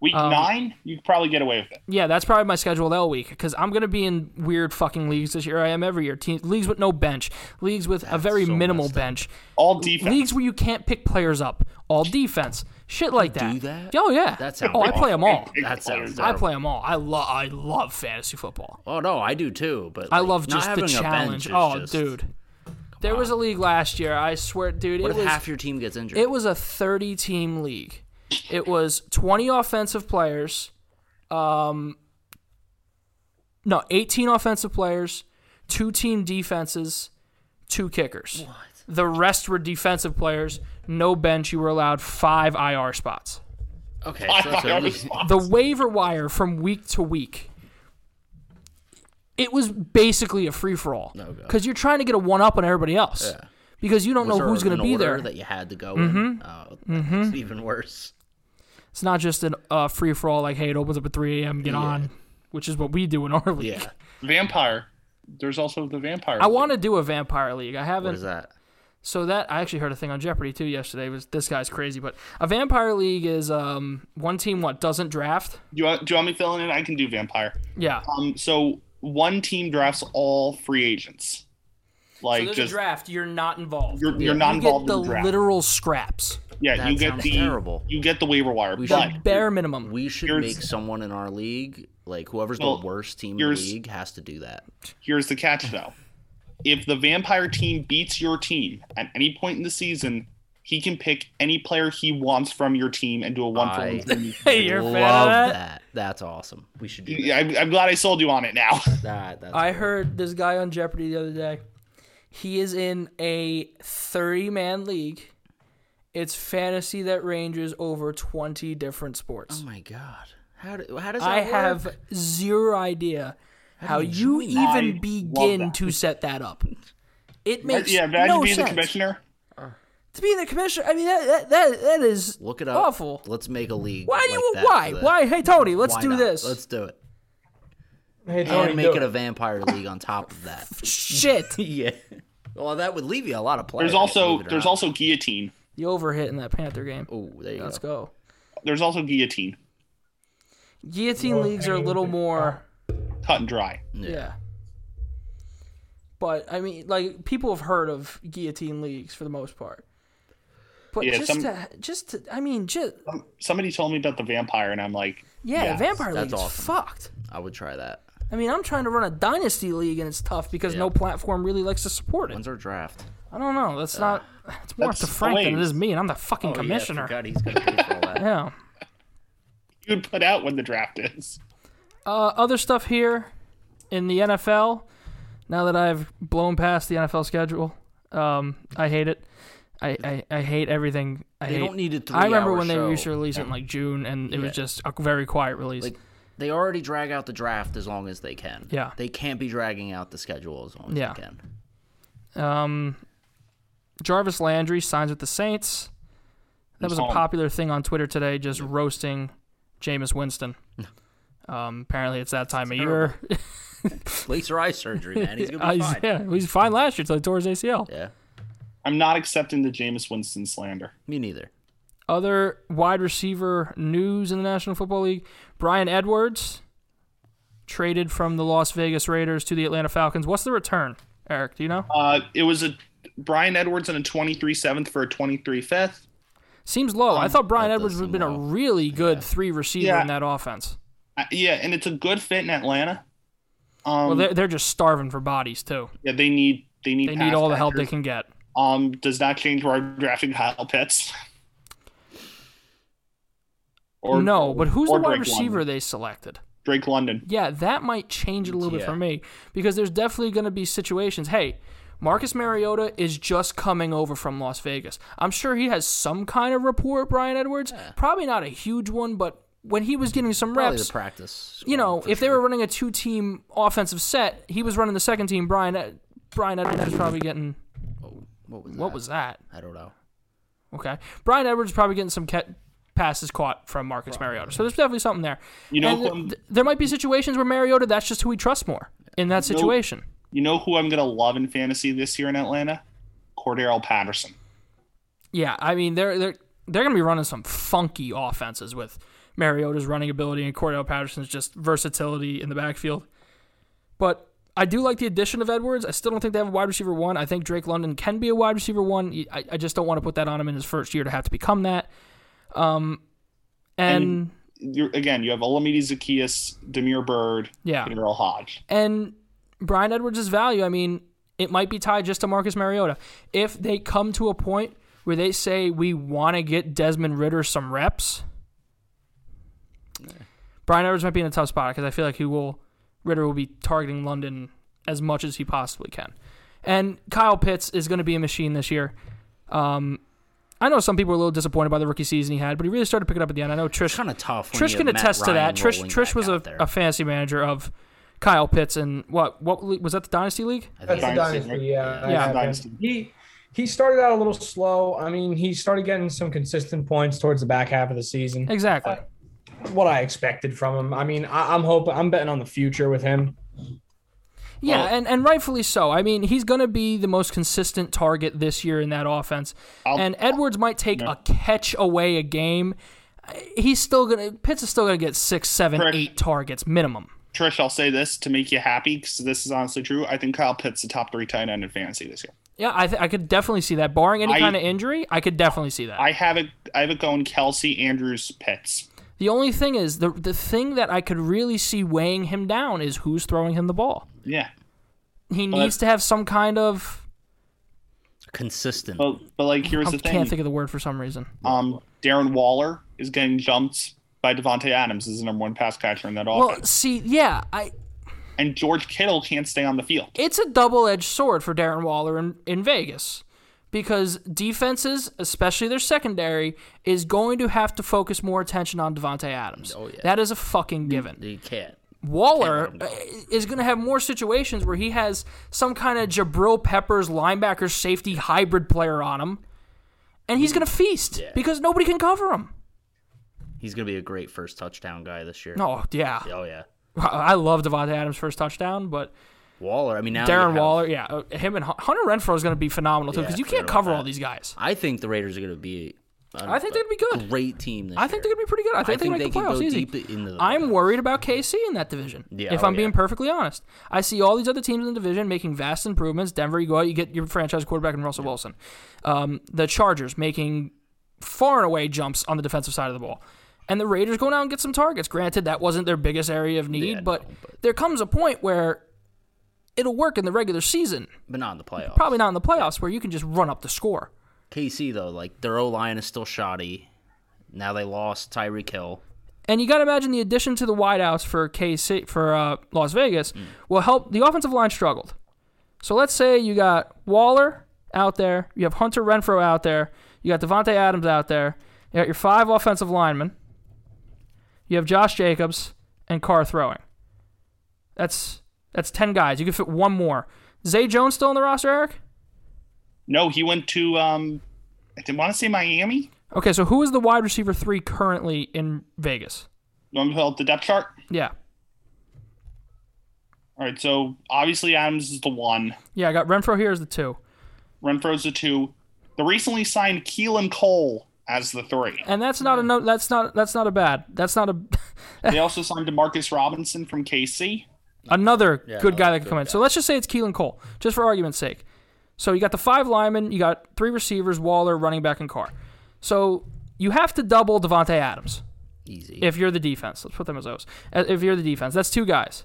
Speaker 3: Week
Speaker 1: um,
Speaker 3: nine, you could probably get away with it.
Speaker 1: Yeah, that's probably my scheduled L week because I'm going to be in weird fucking leagues this year. I am every year. Team, leagues with no bench, leagues with a very
Speaker 2: so
Speaker 1: minimal
Speaker 2: messed up.
Speaker 1: bench,
Speaker 3: All defense.
Speaker 1: leagues where you can't pick players up, all defense, shit like that.
Speaker 2: do that?
Speaker 1: Oh yeah.
Speaker 2: That sounds
Speaker 1: oh, I
Speaker 2: awful.
Speaker 1: play them all.
Speaker 3: Big
Speaker 2: That sounds
Speaker 3: players.
Speaker 1: I play them all. I love I love fantasy football.
Speaker 2: Oh no, I do too. But
Speaker 1: I
Speaker 2: like,
Speaker 1: love
Speaker 2: not
Speaker 1: just the
Speaker 2: having a bench
Speaker 1: challenge.
Speaker 2: is
Speaker 1: Oh,
Speaker 2: just-
Speaker 1: dude. There was a league last year. I swear, dude, it
Speaker 2: What if
Speaker 1: was
Speaker 2: half your team gets injured?
Speaker 1: it was a 30 team league. It was 20 offensive players, um, no, 18 offensive players, two team defenses, two kickers. What? The rest were defensive players. No bench. You were allowed five IR spots.
Speaker 2: okay,
Speaker 3: I
Speaker 2: so that's
Speaker 3: thought
Speaker 2: at
Speaker 3: that was
Speaker 2: least,
Speaker 3: fun.
Speaker 1: The waiver wire from week to week. It was basically a free for all
Speaker 2: Oh, God.
Speaker 1: because you're trying to get a one up on everybody else because you don't
Speaker 2: Was
Speaker 1: know
Speaker 2: there
Speaker 1: who's going
Speaker 2: an
Speaker 1: to be
Speaker 2: order
Speaker 1: there. Mm-hmm.
Speaker 2: That you had to go. In? Oh, that's even worse.
Speaker 1: It's not just a uh, free for all like, hey, it opens up at 3 a.m. Get on, which is what we do in our league.
Speaker 2: Yeah.
Speaker 3: Vampire. There's also the vampire.
Speaker 1: I want to do a vampire league. I
Speaker 2: What
Speaker 1: haven't.
Speaker 2: is that?
Speaker 1: So that I actually heard a thing on Jeopardy too yesterday. Was this guy's crazy? But a vampire league is um one team what doesn't draft.
Speaker 3: Do you want, do you want me filling in? I can do vampire.
Speaker 1: Yeah.
Speaker 3: Um, so one team drafts all free agents. Like
Speaker 1: so there's
Speaker 3: just
Speaker 1: a draft. You're not involved.
Speaker 3: you're,
Speaker 2: You
Speaker 3: you're not
Speaker 1: you
Speaker 3: involved
Speaker 1: get the
Speaker 3: in the draft.
Speaker 1: literal scraps,
Speaker 3: yeah,
Speaker 2: That
Speaker 3: you get
Speaker 2: sounds
Speaker 3: the
Speaker 2: terrible.
Speaker 3: you get the waiver wire.
Speaker 2: We
Speaker 3: but
Speaker 1: the bare minimum.
Speaker 2: We should
Speaker 3: Here's-
Speaker 2: make someone in our league, like whoever's
Speaker 3: Well,
Speaker 2: the worst team in the
Speaker 3: here's-
Speaker 2: league, has to do that.
Speaker 3: here's the catch though: if the vampire team beats your team at any point in the season, he can pick any player he wants from your team and do a one for
Speaker 2: I-
Speaker 3: one. for you.
Speaker 1: hey, you're a
Speaker 2: Love
Speaker 1: fan of that?
Speaker 2: that. That's awesome. We should do
Speaker 3: Yeah, I'm, I'm glad I sold you on it now.
Speaker 2: that. that that's
Speaker 1: I heard this guy on Jeopardy the other day. He is in a 30 man league. It's fantasy that ranges over 20 different sports.
Speaker 2: Oh my god. How, do, how does that
Speaker 1: I
Speaker 2: work?
Speaker 1: have zero idea how you
Speaker 2: you join
Speaker 1: even
Speaker 3: I
Speaker 1: begin
Speaker 3: love that.
Speaker 1: to set that up. It makes
Speaker 3: yeah, imagine
Speaker 1: no
Speaker 3: being
Speaker 1: sense.
Speaker 3: the commissioner.
Speaker 1: To be the commissioner, I mean that that that, that is
Speaker 2: Look it up.
Speaker 1: awful.
Speaker 2: Let's make a league.
Speaker 1: Why do
Speaker 2: like
Speaker 1: you
Speaker 2: that
Speaker 1: why
Speaker 2: so that-
Speaker 1: why? Hey Tony, let's
Speaker 2: why
Speaker 1: do
Speaker 2: not?
Speaker 1: this.
Speaker 2: Let's do it.
Speaker 4: Hey, Tony,
Speaker 2: And make
Speaker 4: do
Speaker 2: it
Speaker 4: it.
Speaker 2: a vampire league on top of that.
Speaker 1: Shit,
Speaker 2: yeah. Well, that would leave you a lot of players.
Speaker 3: There's also
Speaker 2: believe it or
Speaker 3: there's
Speaker 2: not.
Speaker 3: also guillotine.
Speaker 1: the overhit in that Panther game.
Speaker 2: Oh, there you
Speaker 1: Let's
Speaker 2: go.
Speaker 1: go.
Speaker 3: There's also guillotine,
Speaker 1: Guillotine leagues are a little more.
Speaker 3: cut and dry.
Speaker 1: Yeah. But I mean, like people have heard of guillotine leagues for the most part. But
Speaker 3: Yeah,
Speaker 1: just
Speaker 3: some-
Speaker 1: to, just to, I mean, just
Speaker 3: Somebody told me about the vampire, and I'm like,
Speaker 1: yeah,
Speaker 3: Yes,
Speaker 1: vampire
Speaker 2: that's
Speaker 1: leagues
Speaker 2: awesome.
Speaker 1: fucked.
Speaker 2: I would try that.
Speaker 1: I mean, I'm trying to run a dynasty league and it's tough because no platform really likes to support it.
Speaker 2: When's our draft?
Speaker 1: I don't know. That's not. It's more up to
Speaker 3: that's the
Speaker 1: Frank than
Speaker 3: way.
Speaker 1: it is me, and I'm the fucking
Speaker 2: Oh, Yeah, I
Speaker 1: commissioner.
Speaker 2: forgot he's gonna pay for all that.
Speaker 1: yeah.
Speaker 3: you would put out when the draft is.
Speaker 1: Uh, other stuff here in the NFL. Now that I've blown past the NFL schedule, um, I hate it. I, I, I hate everything. I
Speaker 2: They
Speaker 1: hate.
Speaker 2: don't need a
Speaker 1: I remember
Speaker 2: three-hour
Speaker 1: when they
Speaker 2: show.
Speaker 1: used to release it in like June, and it
Speaker 2: Yeah.
Speaker 1: was just a very quiet release.
Speaker 2: Like, They already drag out the draft as long as they can.
Speaker 1: Yeah.
Speaker 2: They can't be dragging out the schedule as long as
Speaker 1: Yeah.
Speaker 2: they can.
Speaker 1: um, Jarvis Landry signs with the Saints. That was a
Speaker 3: home.
Speaker 1: popular thing on Twitter today, just roasting Jameis Winston. Um, apparently, it's that time of year.
Speaker 2: Laser eye surgery, man. He's
Speaker 1: Uh,
Speaker 2: gonna be
Speaker 1: he's-
Speaker 2: fine.
Speaker 1: yeah, he was fine last year until he tore his ACL.
Speaker 2: yeah.
Speaker 3: I'm not accepting the Jameis Winston slander.
Speaker 2: Me neither.
Speaker 1: Other wide receiver news in the National Football League Brian Edwards traded from the Las Vegas Raiders to the Atlanta Falcons. What's the return, Eric? Do you know?
Speaker 3: Uh, it was a Brian Edwards and a 23 seventh for a 23 fifth.
Speaker 1: Seems low. I thought Brian
Speaker 2: Um, that
Speaker 1: Edwards
Speaker 2: does
Speaker 1: would have
Speaker 2: seem
Speaker 1: been a
Speaker 2: low.
Speaker 1: really good three receiver
Speaker 3: Yeah.
Speaker 1: in that offense.
Speaker 3: Uh, yeah, and it's a good fit in Atlanta. Um,
Speaker 1: Well, they're, they're just starving for bodies, too.
Speaker 3: yeah, they need they need
Speaker 1: They
Speaker 3: pass
Speaker 1: need all the help they
Speaker 3: catchers.
Speaker 1: can get.
Speaker 3: Um, does not change where I'm drafting Kyle Pitts. Or
Speaker 1: no, but who's the
Speaker 3: or
Speaker 1: wide
Speaker 3: Drake
Speaker 1: receiver
Speaker 3: London.
Speaker 1: they selected?
Speaker 3: Drake London.
Speaker 1: Yeah, that might change it a little bit
Speaker 2: Yeah.
Speaker 1: for me because there's definitely going to be situations. Hey, Marcus Mariota is just coming over from Las Vegas. I'm sure he has some kind of rapport, Brian Edwards. Probably not a huge one, but when he was getting some
Speaker 2: Probably
Speaker 1: reps,
Speaker 2: the practice.
Speaker 1: you know,
Speaker 2: squad for
Speaker 1: if they
Speaker 2: sure.
Speaker 1: were running a two-team offensive set, he was running the second team. Brian Ed- Brian Edwards was probably getting
Speaker 2: Oh, what was
Speaker 1: what
Speaker 2: that?
Speaker 1: was that?
Speaker 2: I don't know.
Speaker 1: Okay, Brian Edwards is probably getting some ca- passes caught from Marcus Mariota. So there's definitely something there.
Speaker 3: You know um,
Speaker 1: And
Speaker 3: who
Speaker 1: th-
Speaker 3: I'm-
Speaker 1: th- there might be situations where Mariota, that's just who we trust more in that situation.
Speaker 3: You know who I'm gonna love in fantasy this year in Atlanta? Cordero Patterson.
Speaker 1: Yeah, I mean they're they're they're gonna be running some funky offenses with Mariota's running ability and Cordell Patterson's just versatility in the backfield. But I do like the addition of Edwards. I still don't think they have a wide receiver one. I think Drake London can be a wide receiver one. I, I just don't want to put that on him in his first year to have to become that. Um, and,
Speaker 3: And- You're, again, you have Olamide Zacchaeus, Demir Bird,
Speaker 1: yeah,
Speaker 3: and Earl Hodge.
Speaker 1: and Brian Edwards' value. I mean, It might be tied just to Marcus Mariota. If they come to a point where they say we want to get Desmond Ritter some reps, Brian Edwards might be in a tough spot because I feel like he will Ritter will be targeting London as much as he possibly can. And Kyle Pitts is going to be a machine this year. Um, I know some people were a little disappointed by the rookie season he had, but he really started picking up at the end. I know Trish
Speaker 2: kind of tough. when you
Speaker 1: Trish
Speaker 2: have
Speaker 1: can
Speaker 2: Matt
Speaker 1: attest to
Speaker 2: Ryan
Speaker 1: that. Trish
Speaker 2: rolling
Speaker 1: Trish
Speaker 2: back
Speaker 1: was
Speaker 2: out
Speaker 1: a,
Speaker 2: there.
Speaker 1: a fantasy manager of Kyle Pitts and what what le- was that the Dynasty League?
Speaker 2: I
Speaker 4: That's
Speaker 2: think
Speaker 4: a
Speaker 2: it
Speaker 3: Dynasty.
Speaker 4: dynasty. Yeah,
Speaker 1: Yeah.
Speaker 4: yeah.
Speaker 3: Dynasty.
Speaker 4: He he started out a little slow. I mean, he started getting some consistent points towards the back half of the season.
Speaker 1: Exactly.
Speaker 4: What I expected from him. I mean, I, I'm hoping I'm betting on the future with him.
Speaker 1: yeah,
Speaker 3: well-
Speaker 1: and, and rightfully so. I mean, he's going to be the most consistent target this year in that offense.
Speaker 3: I'll-
Speaker 1: and Edwards might take a catch away a game. He's still going to Pitts is still going to get six, seven, eight
Speaker 3: Correct.
Speaker 1: targets minimum.
Speaker 3: Trish, I'll say this to make you happy because this is honestly true. I think Kyle Pitt's the top three tight end in fantasy this year.
Speaker 1: Yeah, I, th- I could definitely see that. Barring any
Speaker 3: I-
Speaker 1: kind of injury, I could definitely see that.
Speaker 3: I have it. I have it going Kelsey, Andrews, Pitts.
Speaker 1: the only thing is the the thing that I could really see weighing him down is who's throwing him the ball.
Speaker 3: Yeah,
Speaker 1: He
Speaker 3: But-
Speaker 1: needs to have some kind of
Speaker 2: Consistent.
Speaker 3: but but like here's
Speaker 1: I
Speaker 3: the
Speaker 1: can't
Speaker 3: thing.
Speaker 1: think of the word for some reason.
Speaker 3: Um, Darren Waller is getting jumped by Devonte Adams as the number one pass catcher in that
Speaker 1: Well,
Speaker 3: offense,
Speaker 1: see, yeah, I
Speaker 3: and George Kittle can't stay on the field.
Speaker 1: it's a double-edged sword for Darren Waller in, in Vegas because defenses, especially their secondary, is going to have to focus more attention on Devontae Adams.
Speaker 2: Oh, yeah.
Speaker 1: That is a fucking given.
Speaker 2: You can't.
Speaker 1: Waller uh, is going to have more situations where he has some kind of Jabril Peppers linebacker safety hybrid player on him, and
Speaker 2: Mm.
Speaker 1: he's going to feast because nobody can cover him.
Speaker 2: He's gonna be a great first touchdown guy this year.
Speaker 1: No, yeah,
Speaker 2: Oh yeah.
Speaker 1: I I love Devontae Adams' first touchdown, but
Speaker 2: Waller. I mean now. you
Speaker 1: Darren
Speaker 2: have-
Speaker 1: Waller, yeah, uh, him and Hun- Hunter Renfro is going to be phenomenal too
Speaker 2: Yeah,
Speaker 1: because you
Speaker 2: forget
Speaker 1: can't
Speaker 2: about
Speaker 1: cover
Speaker 2: that.
Speaker 1: all these guys.
Speaker 2: I think the Raiders are gonna be.
Speaker 1: I think they'd be good.
Speaker 2: Great team this
Speaker 1: I think they're
Speaker 2: year.
Speaker 1: going to be pretty good. I think,
Speaker 2: think
Speaker 1: they
Speaker 2: they
Speaker 1: make the
Speaker 2: can
Speaker 1: playoffs
Speaker 2: go
Speaker 1: easy.
Speaker 2: deep into the
Speaker 1: I'm
Speaker 2: playoffs.
Speaker 1: worried about KC in that division.
Speaker 2: Yeah,
Speaker 1: if
Speaker 2: oh,
Speaker 1: I'm being
Speaker 2: yeah.
Speaker 1: perfectly honest, I see all these other teams in the division making vast improvements. Denver, you go out, you get your franchise quarterback in Russell Wilson. Um, the Chargers making far and away jumps on the defensive side of the ball. And the Raiders going out and get some targets. Granted, that wasn't their biggest area of need,
Speaker 2: Yeah,
Speaker 1: but,
Speaker 2: no, but-
Speaker 1: there comes a point where it'll work in the regular season.
Speaker 2: but not in the playoffs.
Speaker 1: Probably not in the playoffs where you can just run up the score.
Speaker 2: KC though, like their O line is still shoddy. Now they lost Tyreek Hill.
Speaker 1: And you got to imagine the addition to the wideouts for KC for uh, Las Vegas will help. The offensive line struggled, so let's say you got Waller out there, you have Hunter Renfro out there, you got Devontae Adams out there, you got your five offensive linemen, you have Josh Jacobs and Carr throwing. That's that's ten guys. You can fit one more. Zay Jones still on the roster, Eric?
Speaker 3: No, he went to um, I didn't want to say Miami.
Speaker 1: Okay, so who is the wide receiver three currently in Vegas?
Speaker 3: You want me to pull up the depth chart?
Speaker 1: Yeah,
Speaker 3: All right, so obviously Adams is the one.
Speaker 1: yeah. I got Renfro here as the two.
Speaker 3: Renfro's the two. The recently signed Keelan Cole as the three.
Speaker 1: and that's not a no, that's not that's not a bad that's not a
Speaker 3: They also signed Demarcus Robinson from KC.
Speaker 1: another good guy that could
Speaker 2: good
Speaker 1: come in. So let's just say it's Keelan Cole, just for argument's sake. So you got the five linemen, you got three receivers, Waller, running back, and Carr. So you have to double Devonte Adams
Speaker 2: Easy.
Speaker 1: if you're the defense. Let's put them as those. Uh, If you're the defense, that's two guys.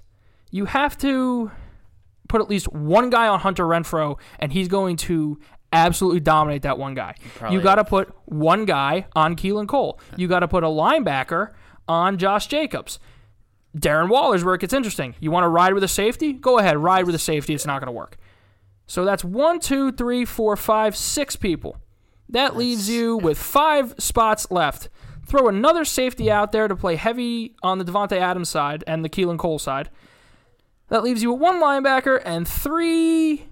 Speaker 1: You have to put at least one guy on Hunter Renfro, and he's going to absolutely dominate that one guy. you got to put one guy on Keelan Cole. You got to put a linebacker on Josh Jacobs. Darren Waller's where it gets interesting. You want to ride with a safety? Go ahead, ride with a safety. It's not going to work. So that's one, two, three, four, five, six people. That leaves you with five spots left. Throw another safety out there to play heavy on the Devontae Adams side and the Keelan Cole side. That leaves you with one linebacker and three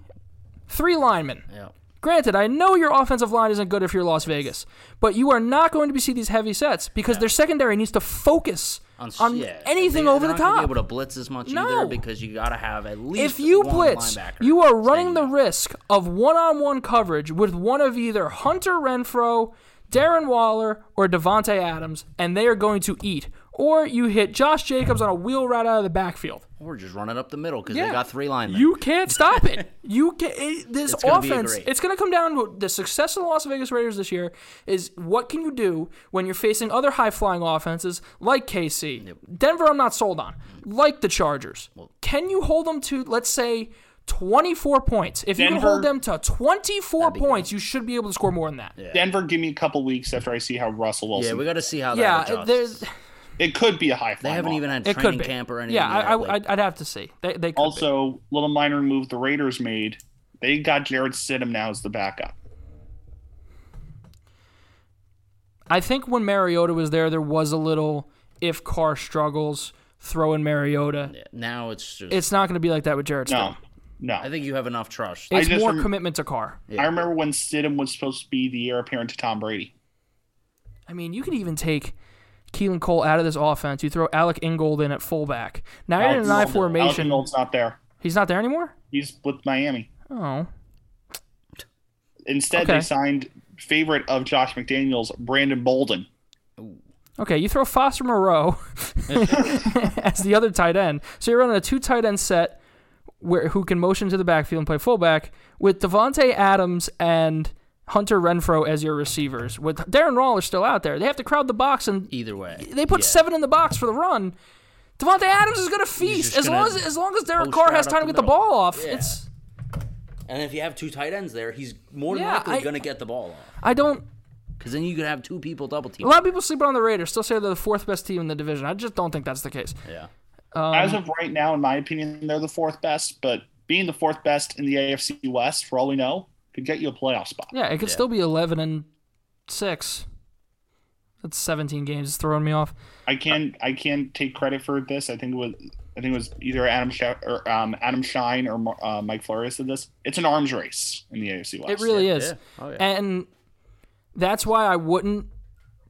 Speaker 1: three linemen.
Speaker 2: yeah.
Speaker 1: Granted, I know your offensive line isn't good if you're Las Vegas, but you are not going to be see these heavy sets because their secondary needs to focus on,
Speaker 2: yeah,
Speaker 1: Um, anything
Speaker 2: they're
Speaker 1: over the
Speaker 2: not gonna Be
Speaker 1: top.
Speaker 2: able to blitz as much
Speaker 1: No.
Speaker 2: either because you got to have at least
Speaker 1: if you
Speaker 2: one
Speaker 1: blitz,
Speaker 2: linebacker
Speaker 1: you are running the
Speaker 2: standing up.
Speaker 1: risk of one-on-one coverage with one of either Hunter Renfro, Darren Waller, or Devontae Adams, and they are going to eat. Or you hit Josh Jacobs on a wheel right out of the backfield.
Speaker 2: or just running up the middle because
Speaker 1: Yeah.
Speaker 2: they got three linemen.
Speaker 1: You can't stop it. You can it, this
Speaker 2: It's gonna be
Speaker 1: offense.
Speaker 2: great.
Speaker 1: It's going to come down to the success of the Las Vegas Raiders this year. Is what can you do when you're facing other high flying offenses like KC, Denver? I'm not sold on. Like the Chargers, can you hold them to let's say 24 points. If you can
Speaker 3: Denver-
Speaker 1: hold them to 24
Speaker 2: That'd be
Speaker 1: points, you should be able to score more than that.
Speaker 2: Yeah.
Speaker 3: Denver, give me a couple weeks after I see how Russell
Speaker 2: Yeah,
Speaker 3: Wilson.
Speaker 2: we got to see how that
Speaker 1: Yeah,
Speaker 2: adjusts.
Speaker 1: there's,
Speaker 3: it could be a high.
Speaker 2: they
Speaker 3: flying
Speaker 2: haven't
Speaker 3: one.
Speaker 2: even had
Speaker 1: it could
Speaker 2: training
Speaker 1: be.
Speaker 2: camp or anything.
Speaker 1: yeah, I,
Speaker 2: yet,
Speaker 1: I,
Speaker 2: like-
Speaker 1: I'd- I'd have to see. They, they could be.
Speaker 3: Also, little minor move the Raiders made. They got Jared Stidham now as the backup.
Speaker 1: I think when Mariota was there, there was a little if Carr struggles, throw in Mariota.
Speaker 2: now it's just.
Speaker 1: It's not going to be like that with Jared.
Speaker 3: No,
Speaker 1: Stidham.
Speaker 3: no.
Speaker 2: I think you have enough trust.
Speaker 3: I
Speaker 1: it's
Speaker 3: just
Speaker 1: more
Speaker 3: rem-
Speaker 1: commitment to Carr.
Speaker 2: Yeah.
Speaker 3: I remember when Stidham was supposed to be the heir apparent to Tom Brady.
Speaker 1: I mean, you could even take Keelan Cole out of this offense. You throw Alec Ingold in at fullback. Now you're in an I
Speaker 3: Alex-
Speaker 1: formation.
Speaker 3: Alex Ingolds's not there.
Speaker 1: He's not there anymore.
Speaker 3: He's with Miami.
Speaker 1: Oh,
Speaker 3: Instead,
Speaker 1: Okay.
Speaker 3: they signed favorite of Josh McDaniels, Brandon Bolden.
Speaker 1: okay. You throw Foster Moreau as the other tight end. So you're running a two tight end set where who can motion to the backfield and play fullback with Devonte Adams and. Hunter Renfro as your receivers with Darren Waller still out there. They have to crowd the box and
Speaker 2: Either way,
Speaker 1: They put
Speaker 2: Yeah.
Speaker 1: seven in the box for the run. Devontae Adams is gonna feast
Speaker 2: just
Speaker 1: as
Speaker 2: gonna
Speaker 1: long as as long as Derek
Speaker 2: post
Speaker 1: Carr
Speaker 2: route
Speaker 1: has
Speaker 2: up
Speaker 1: time
Speaker 2: the
Speaker 1: to get the
Speaker 2: middle.
Speaker 1: ball off.
Speaker 2: Yeah.
Speaker 1: It's
Speaker 2: and if you have two tight ends there, he's more than
Speaker 1: Yeah,
Speaker 2: likely
Speaker 1: I-
Speaker 2: going to get the ball off
Speaker 1: I don't.
Speaker 2: because then you could have two people double
Speaker 1: A
Speaker 2: team.
Speaker 1: lot of people sleeping on the Raiders. Still say they're the fourth best team in the division. I just don't think that's the case.
Speaker 2: Yeah,
Speaker 3: As of right now, in my opinion, they're the fourth best, but being the fourth best in the AFC West, for all we know, could get you a playoff spot.
Speaker 1: Yeah, it could still be eleven and six. That's seventeen games. It's throwing me off.
Speaker 3: I can I can take credit for this. I think it was I think it was either Adam Sh- or um, Adam Shine or Mar- uh, Mike Flores did this. It's an arms race in the AFC West.
Speaker 1: It really is.
Speaker 2: yeah. Oh, yeah.
Speaker 1: And that's why I wouldn't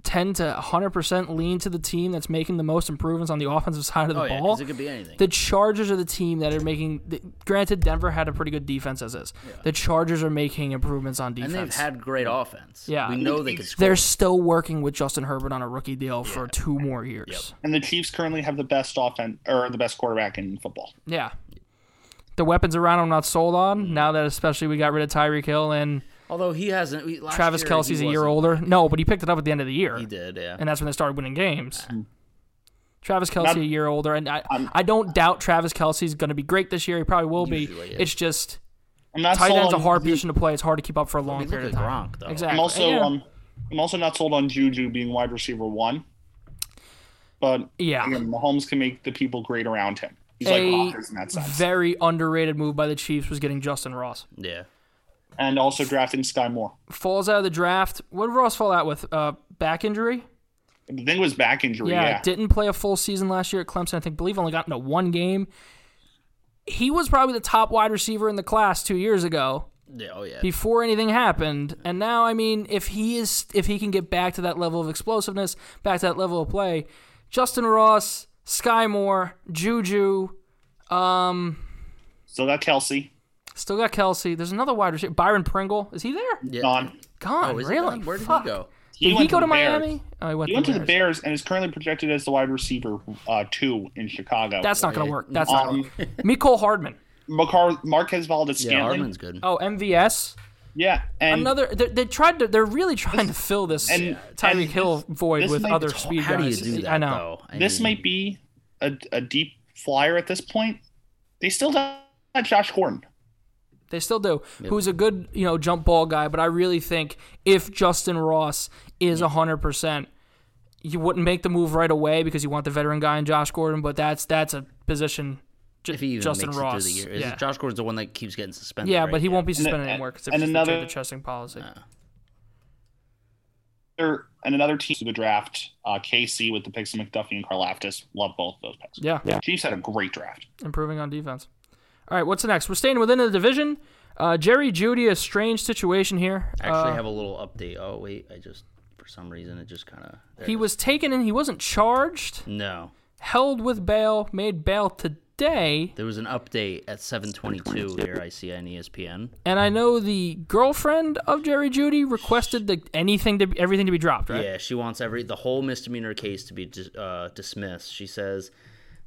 Speaker 1: tend to 100% lean to the team that's making the most improvements on the offensive side of the
Speaker 2: oh yeah,
Speaker 1: ball.
Speaker 2: because it could be anything.
Speaker 1: The Chargers are the team that are making. th- Granted, Denver had a pretty good defense as is. The Chargers are making improvements on
Speaker 2: and
Speaker 1: defense.
Speaker 2: they've had great offense.
Speaker 1: Yeah.
Speaker 2: we know they could score.
Speaker 1: They're still working with Justin Herbert on a rookie deal for two more years.
Speaker 3: And the Chiefs currently have the best offense or the best quarterback in football.
Speaker 1: Yeah. The weapons around him not sold on now that especially we got rid of Tyreek Hill and
Speaker 2: Although he hasn't. we- last
Speaker 1: Travis
Speaker 2: year,
Speaker 1: Kelsey's
Speaker 2: he
Speaker 1: a year
Speaker 2: wasn't-
Speaker 1: older. No, but he picked it up at the end of the year.
Speaker 2: He did, yeah.
Speaker 1: and that's when they started winning games. Travis Kelsey
Speaker 3: Not-
Speaker 1: a year older, and I, I don't doubt Travis Kelsey's going to be great this year. He probably will be.
Speaker 2: Usually, yeah.
Speaker 1: It's just
Speaker 3: I'm not
Speaker 1: tight
Speaker 3: sold
Speaker 1: end's a
Speaker 3: on-
Speaker 1: hard position to play. It's hard to keep up for a long
Speaker 2: I mean, look
Speaker 1: period of
Speaker 2: at
Speaker 1: time.
Speaker 2: Gronk though.
Speaker 1: Exactly.
Speaker 3: I'm also
Speaker 1: yeah.
Speaker 3: um I'm also not sold on Juju being wide receiver one. But
Speaker 1: yeah.
Speaker 3: again, Mahomes can make the people great around him. He's
Speaker 1: A
Speaker 3: like Rodgers in that sense.
Speaker 1: Very underrated move by the Chiefs was getting Justin Ross.
Speaker 2: Yeah.
Speaker 3: and also drafting Sky Moore.
Speaker 1: Falls out of the draft. What did Ross fall out with? Uh, back injury.
Speaker 3: The thing was back injury.
Speaker 1: Yeah,
Speaker 3: Yeah,
Speaker 1: didn't play a full season last year at Clemson. I think believe only got into one game. He was probably the top wide receiver in the class two years ago.
Speaker 2: Yeah. Oh yeah.
Speaker 1: before anything happened. And now, I mean, if he is, if he can get back to that level of explosiveness, back to that level of play, Justin Ross, Sky Moore, Juju, um,
Speaker 3: Still got Kelsey.
Speaker 1: still got Kelsey. There's another wide receiver, Byron Pringle. Is he there?
Speaker 2: yeah.
Speaker 3: Gone.
Speaker 1: Gone.
Speaker 2: Oh, is it
Speaker 1: really?
Speaker 2: gone? Where did
Speaker 1: Fuck.
Speaker 2: he go?
Speaker 1: Did he,
Speaker 3: went
Speaker 1: go to
Speaker 3: the Bears.
Speaker 1: Miami? Oh, he went,
Speaker 3: He
Speaker 1: to,
Speaker 3: went
Speaker 1: the
Speaker 3: to the
Speaker 1: Bears.
Speaker 3: Bears and is currently projected as the wide receiver uh, two in Chicago.
Speaker 1: That's not going to work. That's not.
Speaker 3: um,
Speaker 1: Miko Hardman.
Speaker 3: Macar- Marquez Valdez
Speaker 2: Yeah,
Speaker 3: Scantling.
Speaker 2: Armin's good.
Speaker 1: Oh, MVS.
Speaker 3: Yeah, and
Speaker 1: Another. They, they tried to. They're really trying to fill this
Speaker 3: and-
Speaker 1: Tyreek
Speaker 3: and
Speaker 1: Hill void
Speaker 3: this
Speaker 1: with
Speaker 3: might-
Speaker 1: other speed
Speaker 2: How do you
Speaker 1: guys.
Speaker 2: do that?
Speaker 1: I know.
Speaker 2: Though? I
Speaker 3: this
Speaker 2: mean,
Speaker 3: might be a, a deep flyer at this point. They still got Josh Gordon.
Speaker 1: They still do. Who's a good, you know, jump ball guy, but I really think if Justin Ross is 100%, you wouldn't make the move right away because you want the veteran guy in Josh Gordon, but that's that's a position J-
Speaker 2: if he even
Speaker 1: Justin
Speaker 2: makes
Speaker 1: Ross.
Speaker 2: it through the year. Is
Speaker 1: yeah.
Speaker 2: it Josh Gordon's the one that keeps getting suspended?
Speaker 1: yeah,
Speaker 2: right?
Speaker 1: but he won't be suspended
Speaker 3: and-
Speaker 1: anymore because
Speaker 3: and another-
Speaker 1: the chesting policy.
Speaker 2: Ah.
Speaker 3: They're- And another team to the draft, uh, KC with the picks of McDuffie and Karlaftis. Love both those picks.
Speaker 1: yeah.
Speaker 3: Chiefs had a great draft.
Speaker 1: improving on defense. All right, what's next? We're staying within the division. Uh, Jerry Judy, a strange situation here.
Speaker 2: I actually have a little update. Oh wait, I just for some reason it just kind of
Speaker 1: He was taken in. He wasn't charged.
Speaker 2: no.
Speaker 1: Held with bail. Made bail today.
Speaker 2: There was an update at 7:22 here. I see on E ESPN.
Speaker 1: And I know the girlfriend of Jerry Judy requested the anything to everything to be dropped, right?
Speaker 2: Yeah, she wants every the whole misdemeanor case to be dis- uh, dismissed. She says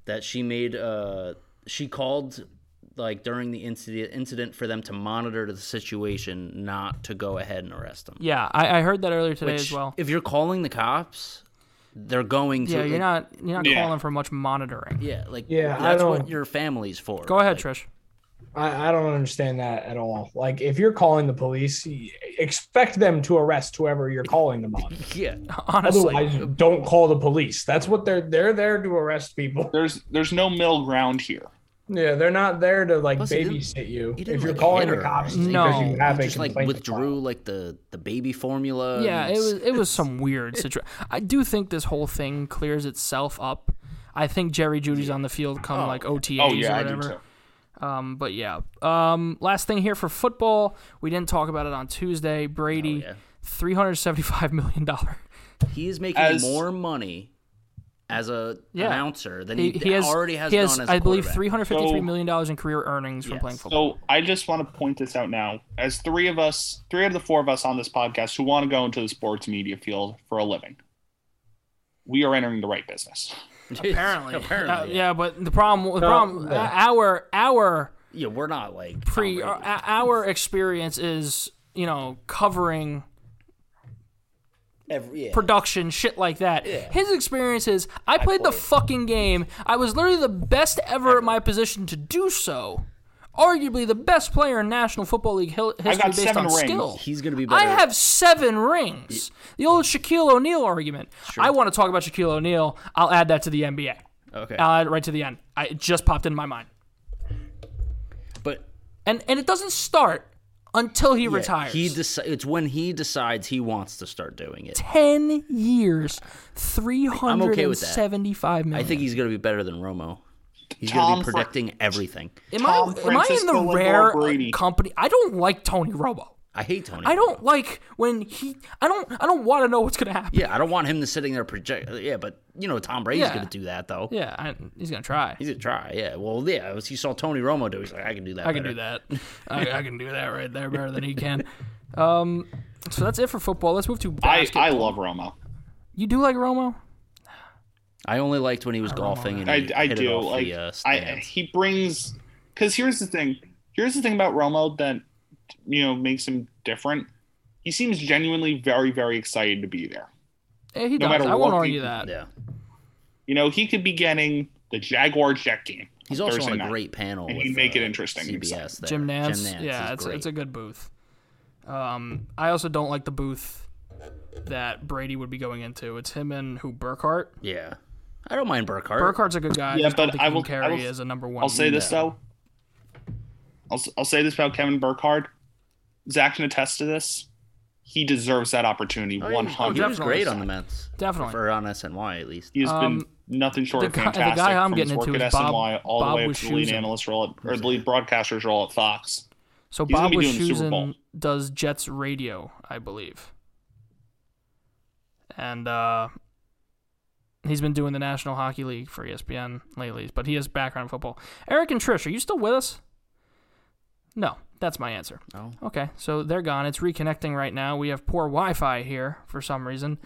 Speaker 2: that she made uh, she called like during the incident incident for them to monitor the situation, not to go ahead and arrest them.
Speaker 1: Yeah, I, I heard that earlier today
Speaker 2: Which,
Speaker 1: as well.
Speaker 2: If you're calling the cops, they're going to
Speaker 1: Yeah, you're not you're not
Speaker 3: Yeah.
Speaker 1: calling for much monitoring.
Speaker 2: Yeah, like
Speaker 4: Yeah, I
Speaker 2: that's what
Speaker 4: don't-
Speaker 2: your family's for.
Speaker 1: Go ahead,
Speaker 2: Like,
Speaker 1: Trish.
Speaker 4: I, I don't understand that at all. Like, if you're calling the police, y- expect them to arrest whoever you're calling them on.
Speaker 2: Yeah.
Speaker 1: Honestly,
Speaker 4: Otherwise, don't call the police. That's what they're they're there to arrest people.
Speaker 3: There's there's no middle ground here.
Speaker 4: Yeah, they're not there to like
Speaker 2: Plus, he didn't-
Speaker 4: babysit you.
Speaker 2: He didn't,
Speaker 4: If you're
Speaker 2: like,
Speaker 4: calling
Speaker 2: hit
Speaker 4: the
Speaker 2: her or
Speaker 4: cops,
Speaker 2: anything.
Speaker 1: No.
Speaker 4: because you have
Speaker 2: He
Speaker 4: a
Speaker 2: just like
Speaker 4: complaint to file.
Speaker 2: withdrew like the the baby formula.
Speaker 1: yeah,
Speaker 2: and
Speaker 1: it was
Speaker 2: s-
Speaker 1: it was some weird situation. I do think this whole thing clears itself up. I think Jerry Judy's on the field come like OTAs
Speaker 3: Oh yeah,
Speaker 1: or
Speaker 3: I
Speaker 1: whatever.
Speaker 3: do too.
Speaker 1: Um, but yeah. Um, last thing here for football, we didn't talk about it on Tuesday.
Speaker 3: Oh,
Speaker 1: Brady,
Speaker 2: Oh, yeah.
Speaker 1: three hundred seventy-five million dollar.
Speaker 2: He is making
Speaker 3: As-
Speaker 2: more money as a
Speaker 1: Yeah.
Speaker 2: announcer than
Speaker 1: He,
Speaker 2: he,
Speaker 1: he has
Speaker 2: already has,
Speaker 1: he has
Speaker 2: done as a
Speaker 1: I believe
Speaker 2: quarterback.
Speaker 1: three hundred fifty-three
Speaker 3: So-
Speaker 1: million dollars in career earnings from
Speaker 2: Yes.
Speaker 1: playing football.
Speaker 3: So I just want to point this out now. As three of us, three of the four of us on this podcast who want to go into the sports media field for a living, we are entering the right business.
Speaker 1: Apparently, Uh,
Speaker 2: apparently, yeah.
Speaker 1: yeah. But the problem, the
Speaker 4: No,
Speaker 1: problem,
Speaker 4: yeah.
Speaker 1: uh, our our
Speaker 2: Yeah, we're not like
Speaker 1: pre
Speaker 2: Tom
Speaker 1: our,
Speaker 2: Brady.
Speaker 1: our experience is you know covering
Speaker 2: Every- yeah.
Speaker 1: production, shit like that. His experience is I played the fucking game. I was literally the best ever at my position to do so. Arguably the best player in National Football League hil- history
Speaker 3: got
Speaker 1: based
Speaker 3: seven
Speaker 1: on
Speaker 3: rings.
Speaker 1: skill.
Speaker 2: He's gonna be
Speaker 1: I
Speaker 2: better.
Speaker 1: have seven rings. The old Shaquille O'Neal argument. I want to talk about Shaquille O'Neal. I'll add that to the NBA.
Speaker 2: okay,
Speaker 1: I'll add it right to the end. I, it just popped into my mind.
Speaker 2: but
Speaker 1: And and it doesn't start until he
Speaker 2: yeah,
Speaker 1: retires.
Speaker 2: He deci- It's when he decides he wants to start doing it.
Speaker 1: 10 years, three hundred
Speaker 2: okay
Speaker 1: and
Speaker 2: with that.
Speaker 1: seventy-five million.
Speaker 2: I think he's gonna be better than Romo. He's
Speaker 3: Tom
Speaker 2: gonna be
Speaker 3: Fran-
Speaker 2: predicting everything.
Speaker 1: Am
Speaker 3: Tom
Speaker 1: I am I in
Speaker 3: Francisco
Speaker 1: the
Speaker 3: Lamar
Speaker 1: rare
Speaker 3: Brady.
Speaker 1: company? I don't like Tony Robo.
Speaker 2: I hate Tony.
Speaker 1: I don't
Speaker 2: Romo.
Speaker 1: like when he. I don't. I don't want to know what's gonna happen.
Speaker 2: Yeah, I don't want him to sitting there project. Yeah, but you know Tom Brady's
Speaker 1: Yeah.
Speaker 2: gonna do that though.
Speaker 1: Yeah, I, he's gonna try.
Speaker 2: He's gonna try. Yeah. Well, yeah. He saw Tony Romo do. it. He's like, I can do that.
Speaker 1: I can do that. I, I can do that right there better than he can. Um, so that's it for football. Let's move to
Speaker 3: I,
Speaker 1: basketball.
Speaker 3: I love Romo.
Speaker 1: you do like Romo?
Speaker 2: I only liked when he was golfing. And
Speaker 3: I,
Speaker 2: he
Speaker 3: I
Speaker 2: hit it
Speaker 3: do.
Speaker 2: off
Speaker 3: Like
Speaker 2: the, uh,
Speaker 3: I
Speaker 2: stands.
Speaker 3: he brings because here's the thing. Here's the thing about Romo that you know makes him different. He seems genuinely very, very excited to be there.
Speaker 1: Yeah, he
Speaker 3: No
Speaker 1: does.
Speaker 3: matter
Speaker 1: I won't
Speaker 3: what
Speaker 1: argue
Speaker 3: he-
Speaker 1: that.
Speaker 2: yeah.
Speaker 3: You know, he could be getting the Jaguar Jet game.
Speaker 2: He's also
Speaker 3: Thursday
Speaker 2: on a
Speaker 3: night.
Speaker 2: great panel.
Speaker 3: And
Speaker 2: with,
Speaker 3: he'd make it
Speaker 2: uh,
Speaker 3: interesting and
Speaker 2: CBS. There.
Speaker 1: Jim Nance.
Speaker 2: Jim Nance
Speaker 1: yeah,
Speaker 2: is
Speaker 1: it's
Speaker 2: great.
Speaker 1: it's a good booth. Um, I also don't like the booth that Brady would be going into. It's him and who Burkhart.
Speaker 2: yeah. I don't mind Burkhardt.
Speaker 1: Burkhart's a good guy.
Speaker 3: Yeah,
Speaker 1: I just don't
Speaker 3: but
Speaker 1: think
Speaker 3: I
Speaker 1: he can
Speaker 3: will- I
Speaker 1: carry
Speaker 3: will-
Speaker 1: as a number one.
Speaker 3: I'll say this though. I'll, s- I'll say this about Kevin Burkhardt. Zach can attest to this. He deserves that opportunity.
Speaker 2: Oh,
Speaker 3: One
Speaker 2: he- oh, he
Speaker 3: hundred.
Speaker 2: was great on
Speaker 1: Definitely.
Speaker 2: the Mets.
Speaker 1: Definitely.
Speaker 2: For on SNY at least.
Speaker 3: He has
Speaker 1: Um,
Speaker 3: been nothing short
Speaker 1: the
Speaker 3: of
Speaker 1: guy- the guy
Speaker 3: fantastic.
Speaker 1: I'm
Speaker 3: from
Speaker 1: getting
Speaker 3: his work
Speaker 1: into
Speaker 3: at
Speaker 1: is Bob-
Speaker 3: SNY all
Speaker 1: Bob
Speaker 3: the way up to the lead
Speaker 1: Wischusen.
Speaker 3: analyst role at, or the lead broadcaster's role at Fox.
Speaker 1: So
Speaker 3: He's gonna
Speaker 1: Bob
Speaker 3: be doing the Super Bowl.
Speaker 1: Wischusen does Jets radio, I believe, and uh, he's been doing the National Hockey League for E ESPN lately. But he has background in football. Eric and Trish, are you still with us? No, that's my answer.
Speaker 2: No.
Speaker 1: Okay, so they're gone. It's reconnecting right now. We have poor Wi-Fi here for some reason.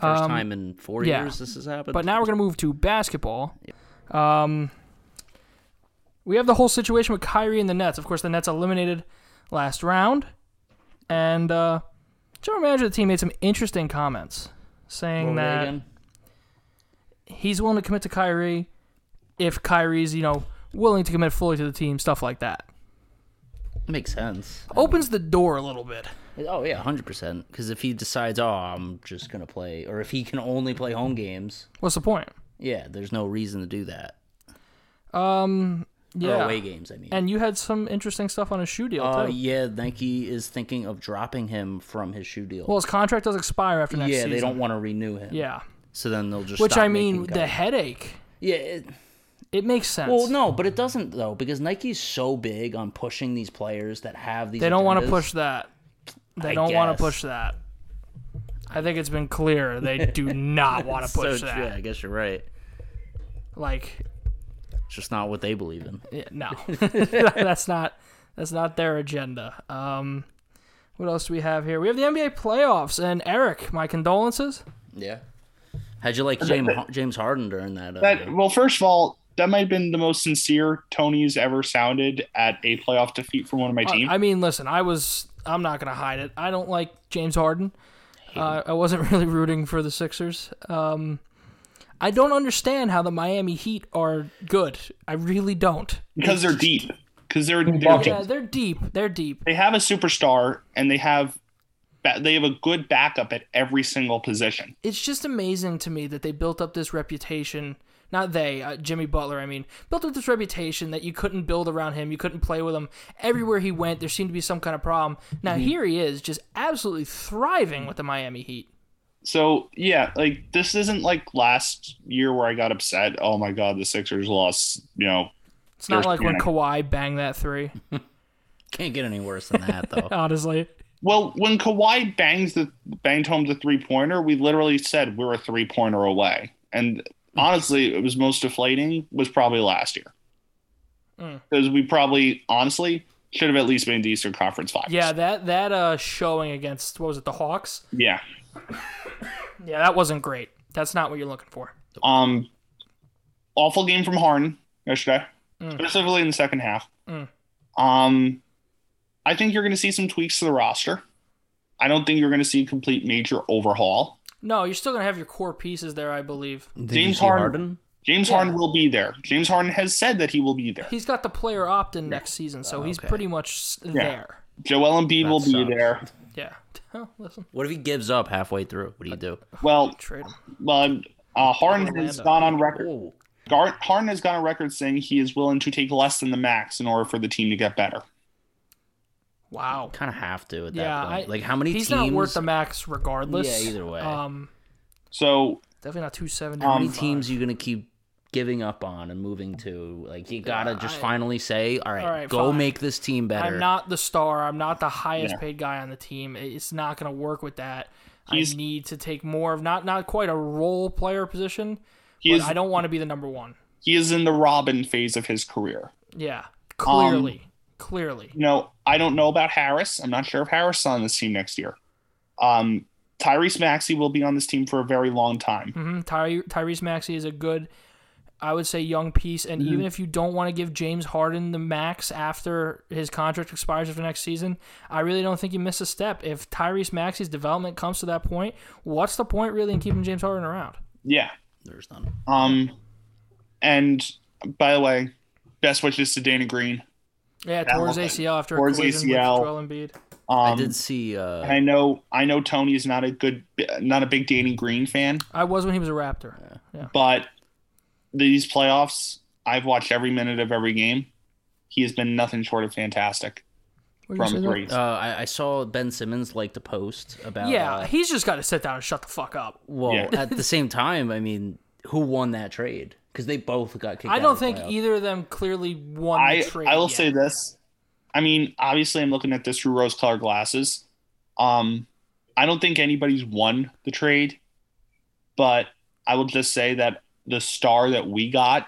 Speaker 2: First
Speaker 1: Um,
Speaker 2: time in four
Speaker 1: yeah.
Speaker 2: years this has happened.
Speaker 1: But now we're going to move to basketball. Um, we have the whole situation with Kyrie and the Nets. Of course, the Nets eliminated last round, and uh, general manager of the team made some interesting comments, saying
Speaker 2: Over
Speaker 1: that
Speaker 2: again.
Speaker 1: he's willing to commit to Kyrie if Kyrie's you know willing to commit fully to the team, stuff like that.
Speaker 2: makes sense.
Speaker 1: Opens the door a little bit.
Speaker 2: Oh yeah, hundred percent. Because if he decides, oh, I'm just gonna play, or if he can only play home games,
Speaker 1: What's the point?
Speaker 2: yeah, there's no reason to do that.
Speaker 1: Um,
Speaker 2: Or
Speaker 1: yeah.
Speaker 2: away games, I mean.
Speaker 1: and you had some interesting stuff on his shoe deal
Speaker 2: uh,
Speaker 1: too.
Speaker 2: yeah, Nike is thinking of dropping him from his shoe deal.
Speaker 1: Well, his contract does expire after
Speaker 2: yeah,
Speaker 1: next season.
Speaker 2: they don't want to renew him.
Speaker 1: Yeah.
Speaker 2: So then they'll just.
Speaker 1: Which
Speaker 2: stop
Speaker 1: I mean,
Speaker 2: making
Speaker 1: the
Speaker 2: guys-
Speaker 1: headache.
Speaker 2: yeah. It,
Speaker 1: It makes sense.
Speaker 2: well, no, but it doesn't though because Nike's so big on pushing these players that have these.
Speaker 1: they don't want
Speaker 2: agendas.
Speaker 1: to push that. They
Speaker 2: I
Speaker 1: don't want
Speaker 2: guess.
Speaker 1: to push that. I think it's been clear they do not want to
Speaker 2: So
Speaker 1: push
Speaker 2: true,
Speaker 1: that.
Speaker 2: I guess you're right.
Speaker 1: Like,
Speaker 2: It's just not what they believe in.
Speaker 1: yeah, no, that's not that's not their agenda. Um, what else do we have here? We have the NBA playoffs and Eric. My condolences.
Speaker 2: Yeah. How'd you like James James Harden during that? Uh,
Speaker 3: That well, first of all, that might have been the most sincere Tony's ever sounded at a playoff defeat from one of my
Speaker 1: I,
Speaker 3: team.
Speaker 1: I mean, listen, I was. I'm not gonna hide it. I don't like James Harden. Uh, I wasn't really rooting for the Sixers. Um, I don't understand how the Miami Heat are good. I really don't.
Speaker 3: because they're deep. because they're, they're
Speaker 4: Bucket.
Speaker 3: deep.
Speaker 1: Yeah, they're deep. They're deep.
Speaker 3: they have a superstar and they have ba- they have a good backup at every single position.
Speaker 1: It's just amazing to me that they built up this reputation. Not they, uh, Jimmy Butler. I mean, built up this reputation that you couldn't build around him. You couldn't play with him. Everywhere he went, there seemed to be some kind of problem. Now here he is, just absolutely thriving with the Miami Heat.
Speaker 3: So yeah, like this isn't like last year where I got upset. Oh my god, the Sixers lost. You know,
Speaker 1: It's not
Speaker 3: Sure,
Speaker 1: like when
Speaker 3: yeah.
Speaker 1: Kawhi banged that three.
Speaker 2: Can't get any worse than that though.
Speaker 1: Honestly,
Speaker 3: well when Kawhi bangs the banged home the three pointer, we literally said we're a three pointer away. And honestly, it was most deflating was probably last year
Speaker 1: Mm.
Speaker 3: because we probably honestly should have at least been in the Eastern Conference Finals.
Speaker 1: yeah, that that uh showing against what was it, the Hawks?
Speaker 3: yeah.
Speaker 1: Yeah, that wasn't great. That's not what you're looking for.
Speaker 3: Um, awful game from Harden yesterday,
Speaker 1: Mm.
Speaker 3: specifically in the second half.
Speaker 1: Mm.
Speaker 3: Um, I think you're going to see some tweaks to the roster. I don't think you're going to see a complete major overhaul.
Speaker 1: No, you're still gonna have your core pieces there, I believe.
Speaker 2: Did
Speaker 3: James Harden. James
Speaker 1: Yeah.
Speaker 3: Harden will be there. James Harden has said that he will be there.
Speaker 1: He's got the player opt in next season, so
Speaker 2: Oh,
Speaker 1: he's
Speaker 2: okay.
Speaker 1: pretty much s there.
Speaker 3: Joel Embiid
Speaker 2: That
Speaker 3: will be
Speaker 2: sucks.
Speaker 3: there.
Speaker 1: Yeah. Oh, listen,
Speaker 2: What if he gives up halfway through? What do you do?
Speaker 3: Well,
Speaker 1: trade him.
Speaker 3: uh, uh, Harden has
Speaker 2: Orlando.
Speaker 3: gone on record.
Speaker 2: Oh,
Speaker 3: Gar- Harden has gone on record saying he is willing to take less than the max in order for the team to get better.
Speaker 1: Wow.
Speaker 2: kind of have to at that
Speaker 1: Yeah,
Speaker 2: point.
Speaker 1: I-
Speaker 2: like how many
Speaker 1: He's
Speaker 2: teams?
Speaker 1: not worth the max regardless.
Speaker 2: Yeah, either way.
Speaker 1: Um,
Speaker 3: So
Speaker 1: definitely not two seventy.
Speaker 2: how many teams you gonna keep giving up on and moving to? Like you gotta just
Speaker 1: I-
Speaker 2: finally say, all right,
Speaker 1: All right,
Speaker 2: go
Speaker 1: fine.
Speaker 2: make this team better.
Speaker 1: I'm not the star. I'm not the highest
Speaker 3: Yeah.
Speaker 1: paid guy on the team. It- It's not going to work with that.
Speaker 3: He's-
Speaker 1: I need to take more of not not quite a role player position,
Speaker 3: he
Speaker 1: but
Speaker 3: is
Speaker 1: I don't want to be the number one.
Speaker 3: he is in the Robin phase of his career.
Speaker 2: Um,
Speaker 1: Yeah, clearly, clearly.
Speaker 3: you know, I don't know about Harris. I'm not sure if Harris is on this team next year. Um, Tyrese Maxey will be on this team for a very long time.
Speaker 1: hmm Ty- Tyrese Maxey is a good, I would say, young piece. And
Speaker 3: Mm-hmm.
Speaker 1: even if you don't want to give James Harden the max after his contract expires for next season, I really don't think you miss a step. If Tyrese Maxey's development comes to that point, what's the point really in keeping James Harden around?
Speaker 3: Yeah.
Speaker 2: There's none.
Speaker 3: Um, and by the way, best wishes to Danny Green.
Speaker 1: Yeah, towards
Speaker 3: well,
Speaker 1: ACL after
Speaker 3: towards
Speaker 1: a collision
Speaker 3: ACL.
Speaker 1: with Joel Embiid.
Speaker 3: Um,
Speaker 2: I did see. Uh,
Speaker 3: and I know I know Tony is not a good, not a big Danny Green fan,
Speaker 1: I was when he was a Raptor.
Speaker 3: but these playoffs, I've watched every minute of every game. He has been nothing short of fantastic
Speaker 1: What were you
Speaker 3: from
Speaker 1: gonna say
Speaker 3: three.
Speaker 2: uh, I, I saw Ben Simmons like to post
Speaker 1: there?
Speaker 2: about.
Speaker 1: Yeah,
Speaker 2: uh,
Speaker 1: he's just got to sit down and shut the fuck up.
Speaker 2: well,
Speaker 3: Yeah.
Speaker 2: at the same time, I mean, who won that trade? Because they both got kicked.
Speaker 1: I
Speaker 2: out
Speaker 1: don't
Speaker 2: of the
Speaker 1: think
Speaker 2: playoffs.
Speaker 1: either of them clearly won
Speaker 3: I
Speaker 1: the trade.
Speaker 3: I will
Speaker 1: yet.
Speaker 3: say this. I mean, obviously, I'm looking at this through rose-colored glasses. Um, I don't think anybody's won the trade, but I will just say that the star that we got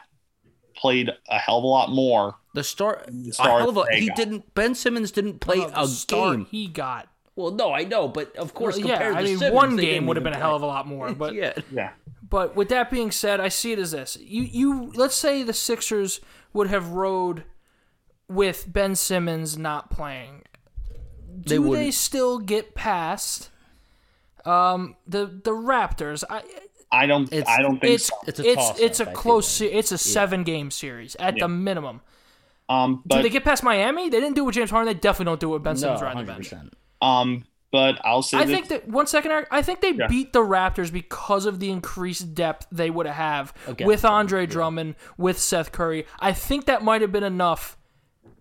Speaker 3: played a hell of a lot more.
Speaker 2: The star,
Speaker 3: star
Speaker 2: a hell of a,
Speaker 3: they
Speaker 2: he
Speaker 3: got.
Speaker 2: didn't. Ben Simmons didn't play
Speaker 1: No, the
Speaker 2: a
Speaker 1: start
Speaker 2: game.
Speaker 1: he got.
Speaker 2: Well, no, I know, but of course,
Speaker 1: Well,
Speaker 2: compared
Speaker 1: yeah, I
Speaker 2: to
Speaker 1: mean,
Speaker 2: Simmons,
Speaker 1: one
Speaker 2: they
Speaker 1: game
Speaker 2: didn't
Speaker 1: would have
Speaker 2: even
Speaker 1: been a
Speaker 2: play.
Speaker 1: hell of a lot more. But
Speaker 2: yeah,
Speaker 3: Yeah,
Speaker 1: but with that being said, I see it as this: you you let's say the Sixers would have rode with Ben Simmons not playing.
Speaker 2: They
Speaker 1: Do they
Speaker 2: wouldn't.
Speaker 1: still get past um, the the Raptors? I,
Speaker 3: I don't.
Speaker 2: It's-
Speaker 3: I don't think
Speaker 1: it's
Speaker 3: so.
Speaker 2: It's
Speaker 1: it's
Speaker 2: a
Speaker 1: it's,
Speaker 2: toss-up, I
Speaker 1: a
Speaker 2: feel
Speaker 1: close se- it's a seven game series at the minimum.
Speaker 3: Um,
Speaker 1: Do
Speaker 3: but
Speaker 1: they get past Miami? They didn't do it with James Harden. They definitely don't do it with Ben Simmons right on the bench.
Speaker 3: um, but I'll say
Speaker 1: I
Speaker 3: that
Speaker 1: think that one second, Eric. I think they beat the Raptors because of the increased depth they would have
Speaker 2: Against
Speaker 1: with
Speaker 2: them,
Speaker 1: Andre Drummond, with Seth Curry. I think that might have been enough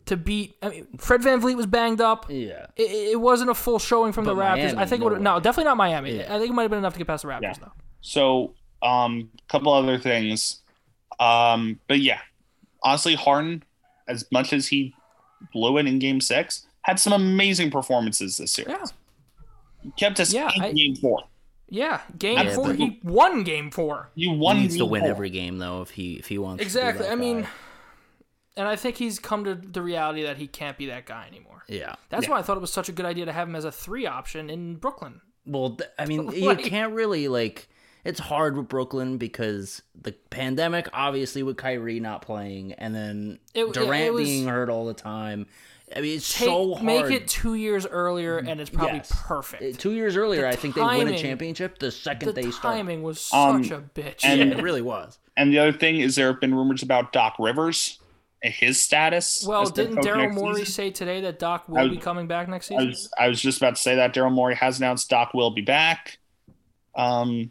Speaker 1: to beat. I mean, Fred Van Vliet was banged up. It,
Speaker 2: Yeah,
Speaker 1: it it wasn't a full showing from the Raptors.
Speaker 2: Miami,
Speaker 1: I think it
Speaker 2: no
Speaker 1: would have, no,
Speaker 2: way.
Speaker 1: definitely not Miami. I think it might have been enough to get past the Raptors
Speaker 3: Yeah.
Speaker 1: though.
Speaker 3: so. Um, couple other things. Um, but yeah, honestly, Harden, as much as he blew it in Game Six, had some amazing performances this year.
Speaker 1: Yeah,
Speaker 3: kept us
Speaker 1: Yeah,
Speaker 3: in
Speaker 1: I-
Speaker 3: game four.
Speaker 1: yeah. Game
Speaker 2: Yeah,
Speaker 1: four,
Speaker 2: but-
Speaker 1: he won game four.
Speaker 3: You
Speaker 2: he
Speaker 3: won.
Speaker 2: needs to
Speaker 3: game
Speaker 2: win
Speaker 3: four.
Speaker 2: every game though if he if he wants. to be
Speaker 1: Exactly.
Speaker 2: that
Speaker 1: I mean,
Speaker 2: guy.
Speaker 1: and I think he's come to the reality that he can't be that guy anymore.
Speaker 2: yeah.
Speaker 1: That's why I thought it was such a good idea to have him as a three option in Brooklyn.
Speaker 2: Well, th- I mean,
Speaker 1: Like-
Speaker 2: you can't really like. It's hard with Brooklyn because the pandemic, obviously, with Kyrie not playing, and then
Speaker 1: It-
Speaker 2: Durant
Speaker 1: yeah, it was-
Speaker 2: being hurt all the time. I mean, it's
Speaker 1: take-
Speaker 2: so hard.
Speaker 1: Make it two years earlier, and it's probably
Speaker 2: Yes.
Speaker 1: perfect.
Speaker 2: Uh, Two years earlier, I think they win
Speaker 1: timing-
Speaker 2: a championship the second
Speaker 1: the
Speaker 2: they start.
Speaker 1: timing was such
Speaker 3: Um,
Speaker 1: a bitch.
Speaker 3: and-
Speaker 2: It really was.
Speaker 3: And the other thing is, there have been rumors about Doc Rivers his status.
Speaker 1: Well,
Speaker 3: as their
Speaker 1: didn't
Speaker 3: coach
Speaker 1: Daryl
Speaker 3: next
Speaker 1: Morey
Speaker 3: season.
Speaker 1: say today that Doc will
Speaker 3: I
Speaker 1: be
Speaker 3: was-
Speaker 1: coming back next
Speaker 3: I
Speaker 1: season?
Speaker 3: was, I was just about to say that Daryl Morey has announced Doc will be back. Um,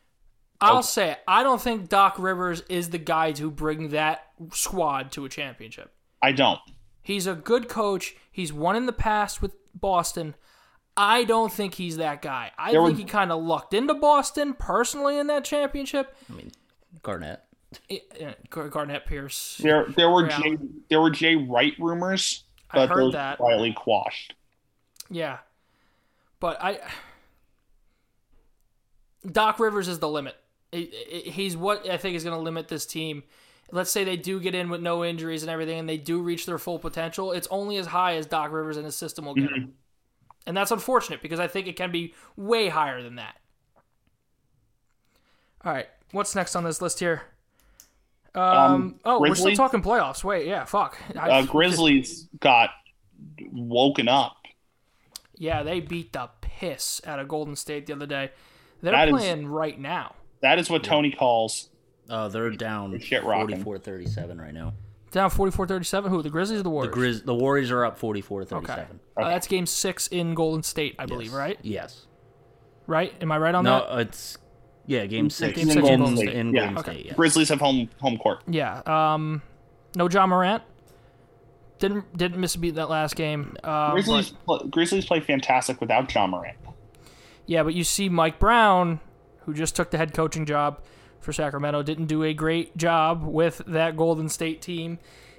Speaker 1: I'll say I don't think Doc Rivers is the guy to bring that squad to a championship.
Speaker 3: I don't.
Speaker 1: He's a good coach. He's won in the past with Boston. I don't think he's that guy. I
Speaker 3: There
Speaker 1: think
Speaker 3: was-
Speaker 1: he kind of lucked into Boston personally in that championship.
Speaker 2: Garnett.
Speaker 1: I- uh, Gar- Garnett Pierce.
Speaker 3: There, there were
Speaker 1: Yeah.
Speaker 3: Jay, there were Jay Wright rumors,
Speaker 1: I
Speaker 3: but
Speaker 1: heard
Speaker 3: those
Speaker 1: that.
Speaker 3: quietly quashed.
Speaker 1: Yeah. But I Doc Rivers is the limit. I- I- He's what I think is going to limit this team. Let's say they do get in with no injuries and everything and they do reach their full potential. It's only as high as Doc Rivers and his system will get.
Speaker 3: Mm-hmm.
Speaker 1: 'em. And that's unfortunate because I think it can be way higher than that. All right. What's next on this list here? Um, oh, we're
Speaker 3: Grizzlies?
Speaker 1: still talking playoffs. Wait, yeah, fuck. I-
Speaker 3: Uh, Grizzlies got woken up.
Speaker 1: Yeah, they beat the piss out of Golden State the other day. They're
Speaker 3: That is-
Speaker 1: playing right now.
Speaker 3: That is what Tony calls.
Speaker 2: Uh, they're down
Speaker 3: Shit rocking.
Speaker 2: 44-37 right now.
Speaker 1: Down 44-37. Who, the Grizzlies or the
Speaker 2: The
Speaker 1: Warriors?
Speaker 2: Grizz, the Warriors are up 44-37.
Speaker 1: Okay. Uh, that's game six in Golden State, I believe, right?
Speaker 2: Yes.
Speaker 1: Right? Am I right on
Speaker 2: No,
Speaker 1: that?
Speaker 2: it's yeah, game six
Speaker 1: Game
Speaker 2: in,
Speaker 1: six in
Speaker 2: in
Speaker 1: Golden
Speaker 2: Golden
Speaker 1: State.
Speaker 2: State.
Speaker 3: Yeah.
Speaker 2: yeah.
Speaker 3: Grizzlies have home home court.
Speaker 1: Yeah. Um, no John Morant. Didn't didn't miss a beat that last game. Uh,
Speaker 3: Grizzlies
Speaker 1: but-
Speaker 3: pl- Grizzlies play fantastic without John Morant.
Speaker 1: yeah, but you see Mike Brown, who just took the head coaching job for Sacramento, didn't do a great job with that Golden State team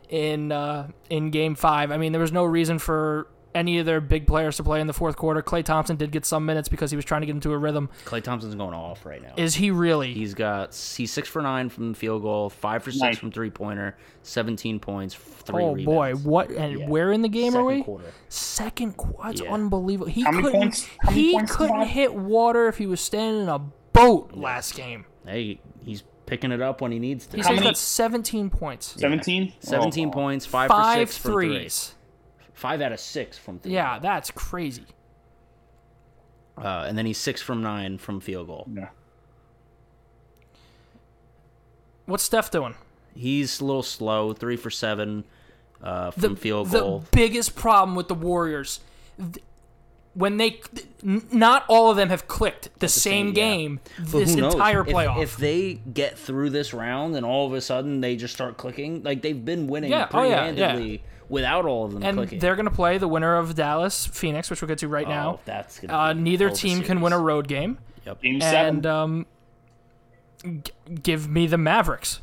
Speaker 1: in uh, in Game Five. I mean, there was no reason for any of their big players to play in the fourth quarter. Clay Thompson did get some minutes because he was trying to get into a rhythm.
Speaker 2: Clay Thompson's going off right now.
Speaker 1: Is he really?
Speaker 2: He's got he's six for nine from the field goal, five for six
Speaker 3: Nice.
Speaker 2: from three pointer, seventeen points, three.
Speaker 1: oh boy,
Speaker 2: rebounds.
Speaker 1: what and
Speaker 2: Yeah.
Speaker 1: where in the game
Speaker 2: Second
Speaker 1: are we?
Speaker 2: quarter.
Speaker 1: Second quarter, that's
Speaker 2: Yeah.
Speaker 1: unbelievable. He
Speaker 3: How many
Speaker 1: couldn't
Speaker 3: points- how many
Speaker 1: he
Speaker 3: points did
Speaker 1: couldn't
Speaker 3: I-
Speaker 1: hit water if he was standing in a boat last game.
Speaker 2: Hey, he's picking it up when he needs to.
Speaker 1: He
Speaker 3: How
Speaker 1: says
Speaker 3: many-
Speaker 1: that's 17 points.
Speaker 3: Seventeen. Oh.
Speaker 2: 17 points, five, for
Speaker 1: Five
Speaker 2: six from three.
Speaker 1: threes.
Speaker 2: Five out of six from three.
Speaker 1: Yeah, that's crazy.
Speaker 2: Uh, and then he's six from nine from field goal.
Speaker 3: Yeah.
Speaker 1: What's Steph doing?
Speaker 2: He's a little slow, three for seven uh,
Speaker 1: The,
Speaker 2: from field
Speaker 1: the
Speaker 2: goal.
Speaker 1: biggest problem with the Warriors, th- when they, th- n- not all of them have clicked the, same,
Speaker 2: same- yeah.
Speaker 1: game
Speaker 2: But
Speaker 1: this
Speaker 2: who knows?
Speaker 1: entire
Speaker 2: If-
Speaker 1: playoff.
Speaker 2: If, they get through this round and all of a sudden they just start clicking, like they've been winning
Speaker 1: Yeah, oh
Speaker 2: pretty
Speaker 1: yeah, yeah.
Speaker 2: handedly without all of them
Speaker 1: and
Speaker 2: clicking.
Speaker 1: they're going to play the winner of Dallas Phoenix, which we'll get to right
Speaker 2: Oh,
Speaker 1: now.
Speaker 2: that's gonna
Speaker 1: Uh,
Speaker 2: be
Speaker 1: neither
Speaker 2: hell of a
Speaker 1: team can win a
Speaker 2: series.
Speaker 1: road game.
Speaker 2: Yep.
Speaker 3: Game seven.
Speaker 1: and um, g- give me the Mavericks.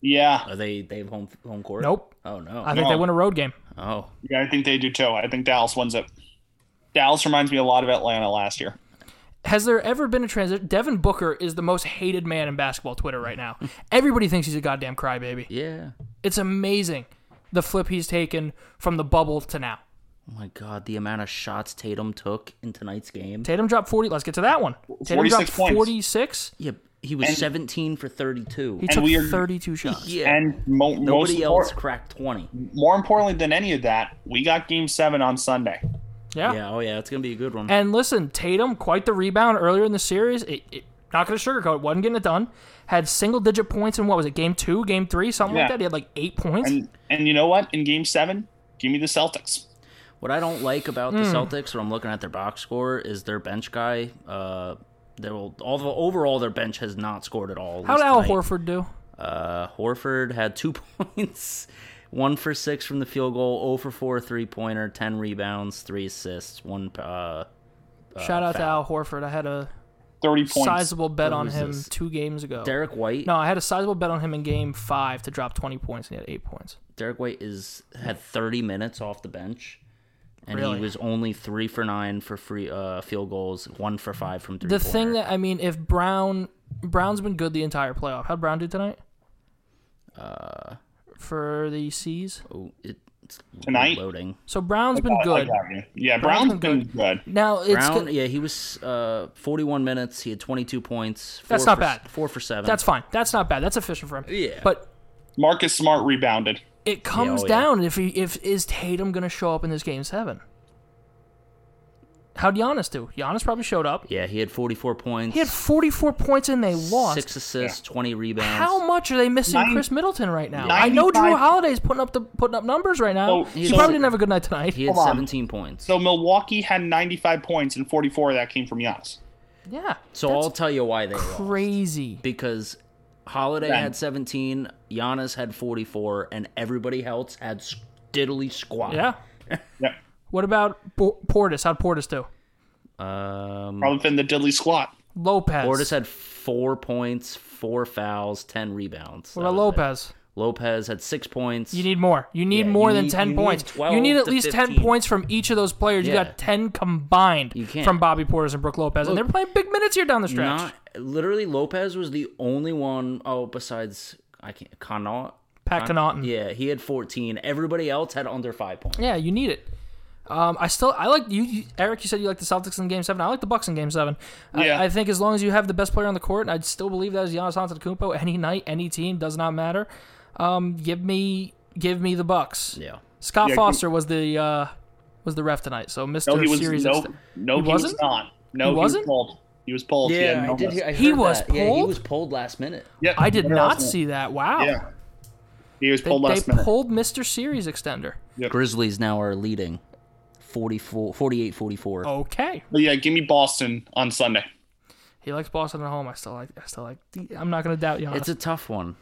Speaker 3: yeah.
Speaker 2: Are they they have home home court?
Speaker 1: Nope.
Speaker 2: Oh no.
Speaker 1: I think
Speaker 3: No.
Speaker 1: they win a road game.
Speaker 2: oh,
Speaker 3: Yeah, I think they do too. I think Dallas wins it. Dallas reminds me a lot of Atlanta last year.
Speaker 1: Has there ever been a transition? Devin Booker is the most hated man in basketball Twitter right now. Everybody thinks he's a goddamn crybaby.
Speaker 2: yeah. Oh,
Speaker 1: It's amazing the flip he's taken from the bubble to now.
Speaker 2: Oh my god, the amount of shots Tatum took in tonight's game.
Speaker 1: Tatum dropped 40. Let's get to that one. Tatum dropped
Speaker 3: 46 points.
Speaker 1: 46.
Speaker 2: Yeah, he was 17 for 32.
Speaker 1: He
Speaker 3: And
Speaker 1: took
Speaker 3: we are-
Speaker 1: 32 shots.
Speaker 2: yeah.
Speaker 3: And mo- most
Speaker 2: Nobody else
Speaker 3: impor-
Speaker 2: cracked 20.
Speaker 3: more importantly than any of that, we got Game Seven on Sunday.
Speaker 1: Yeah.
Speaker 2: Yeah, oh yeah, it's going to be a good one.
Speaker 1: And listen, Tatum, quite the rebound earlier in the series. It, it, not going to sugarcoat, it, wasn't getting it done. Had single digit points in what was it, game two, game three, something like
Speaker 3: Yeah.
Speaker 1: that. He had like eight points.
Speaker 3: And and you know what? In Game Seven, give me the Celtics.
Speaker 2: What I don't like about
Speaker 1: Hmm.
Speaker 2: the Celtics when I'm looking at their box score is their bench guy. Uh, they will, although overall their bench has not scored at all. at
Speaker 1: How did
Speaker 2: least
Speaker 1: Al
Speaker 2: tonight.
Speaker 1: Horford do?
Speaker 2: Uh, Horford had two points, one for six from the field goal, 0 for four three pointer, ten rebounds, three assists, one. Uh,
Speaker 1: Shout out to
Speaker 2: foul.
Speaker 1: Al Horford. I had a
Speaker 3: Thirty points.
Speaker 1: sizable bet on
Speaker 2: Who's
Speaker 1: him
Speaker 2: this?
Speaker 1: two games ago.
Speaker 2: Derek White.
Speaker 1: no, I had a sizable bet on him in game five to drop 20 points, and he had eight points.
Speaker 2: Derek White is had 30 minutes off the bench, and
Speaker 1: Really?
Speaker 2: he was only three for nine for free uh, field goals, one for five from three.
Speaker 1: The thing that, I mean, if Brown, Brown's been good the entire playoff. How'd Brown do tonight? Uh, For the C's?
Speaker 2: oh, it's
Speaker 3: Tonight?
Speaker 2: loading.
Speaker 1: So Brown's been
Speaker 3: Oh, I- I
Speaker 1: good.
Speaker 3: got you. Yeah,
Speaker 1: Brown's
Speaker 3: Brown's
Speaker 1: been
Speaker 3: been good.
Speaker 1: Now, it's
Speaker 2: Brown,
Speaker 1: good-
Speaker 2: yeah, he was uh, 41 minutes. He had 22 points. Four
Speaker 1: That's not
Speaker 2: for,
Speaker 1: bad.
Speaker 2: Four for seven.
Speaker 1: that's fine. That's not bad. That's efficient for him.
Speaker 2: Yeah.
Speaker 1: But
Speaker 3: Marcus Smart rebounded.
Speaker 1: it comes
Speaker 2: oh, yeah.
Speaker 1: down if he if is Tatum going to show up in this game seven? How'd Giannis do? Giannis probably showed up.
Speaker 2: Yeah, he had 44 points.
Speaker 1: He had 44 points and they lost.
Speaker 2: Six assists, 20 rebounds.
Speaker 1: How much are they missing
Speaker 3: Nine-
Speaker 1: Chris Middleton right now? I know Drew
Speaker 3: 95
Speaker 1: Holiday's putting up the putting up numbers right now.
Speaker 3: Oh,
Speaker 1: he
Speaker 2: so-
Speaker 1: probably didn't have a good night tonight.
Speaker 2: He had
Speaker 3: Hold on.
Speaker 2: 17 points.
Speaker 3: So Milwaukee had 95 points and 44 of that came from Giannis.
Speaker 1: yeah,
Speaker 2: So I'll tell you why they lost.
Speaker 1: crazy.
Speaker 2: Because Holiday
Speaker 3: Yeah.
Speaker 2: had 17, Giannis had 44, and everybody else had diddly squat.
Speaker 1: Yeah.
Speaker 3: Yeah.
Speaker 1: What about Bo- Portis? How'd Portis do?
Speaker 2: Um,
Speaker 3: Probably been the diddly squat.
Speaker 1: Lopez.
Speaker 2: Portis had four points, four fouls, 10 rebounds.
Speaker 1: what
Speaker 2: That
Speaker 1: about
Speaker 2: was it.
Speaker 1: Lopez?
Speaker 2: Lopez had six points.
Speaker 1: You need more. You need
Speaker 2: Yeah,
Speaker 1: more
Speaker 2: you
Speaker 1: than
Speaker 2: need-
Speaker 1: ten
Speaker 2: you need
Speaker 1: points.
Speaker 2: 12
Speaker 1: you need at
Speaker 2: to
Speaker 1: least ten
Speaker 2: 15.
Speaker 1: points from each of those players. You
Speaker 2: Yeah.
Speaker 1: got ten combined
Speaker 2: You can't.
Speaker 1: from Bobby Portis and Brooke Lopez, and
Speaker 2: Look,
Speaker 1: they're playing big minutes here down the stretch.
Speaker 2: Not literally Lopez was the only one oh besides I can't Connaught.
Speaker 1: Pat
Speaker 3: Hmm.
Speaker 1: Connaughton.
Speaker 2: Yeah, he had 14. Everybody else had under 5 points.
Speaker 1: Yeah, you need it. Um, I still I like you, you Eric. You said you like the Celtics in Game Seven. I like the Bucks in Game Seven.
Speaker 3: Yeah.
Speaker 1: I, I think as long as you have the best player on the court, and I'd still believe that is Giannis Antetokounmpo. Any night, any team does not matter. Um, give me give me the Bucks.
Speaker 2: Yeah.
Speaker 1: Scott
Speaker 3: Yeah, give-
Speaker 1: Foster was the uh, was the ref tonight, so Mister
Speaker 3: No, he was
Speaker 1: Series.
Speaker 3: no,
Speaker 1: Instant-
Speaker 3: no,
Speaker 1: He
Speaker 3: he, was
Speaker 1: wasn't?
Speaker 3: not. No,
Speaker 1: He
Speaker 3: he, was
Speaker 1: wasn't?
Speaker 3: pulled. He was pulled. He had no list.
Speaker 1: He was
Speaker 2: Yeah, he
Speaker 1: pulled?
Speaker 2: was pulled last minute.
Speaker 3: Yeah,
Speaker 1: I did
Speaker 3: he was
Speaker 1: not
Speaker 3: pulled.
Speaker 1: see that. Wow.
Speaker 3: Yeah, he was
Speaker 1: They,
Speaker 3: pulled last
Speaker 1: they
Speaker 3: minute.
Speaker 1: pulled Mister Series extender.
Speaker 2: Grizzlies now are leading 44 48 44.
Speaker 1: Okay.
Speaker 3: But yeah, give me Boston on Sunday.
Speaker 1: He likes Boston at home. I still like. I still like. I'm not gonna doubt Giannis.
Speaker 2: It's a tough one.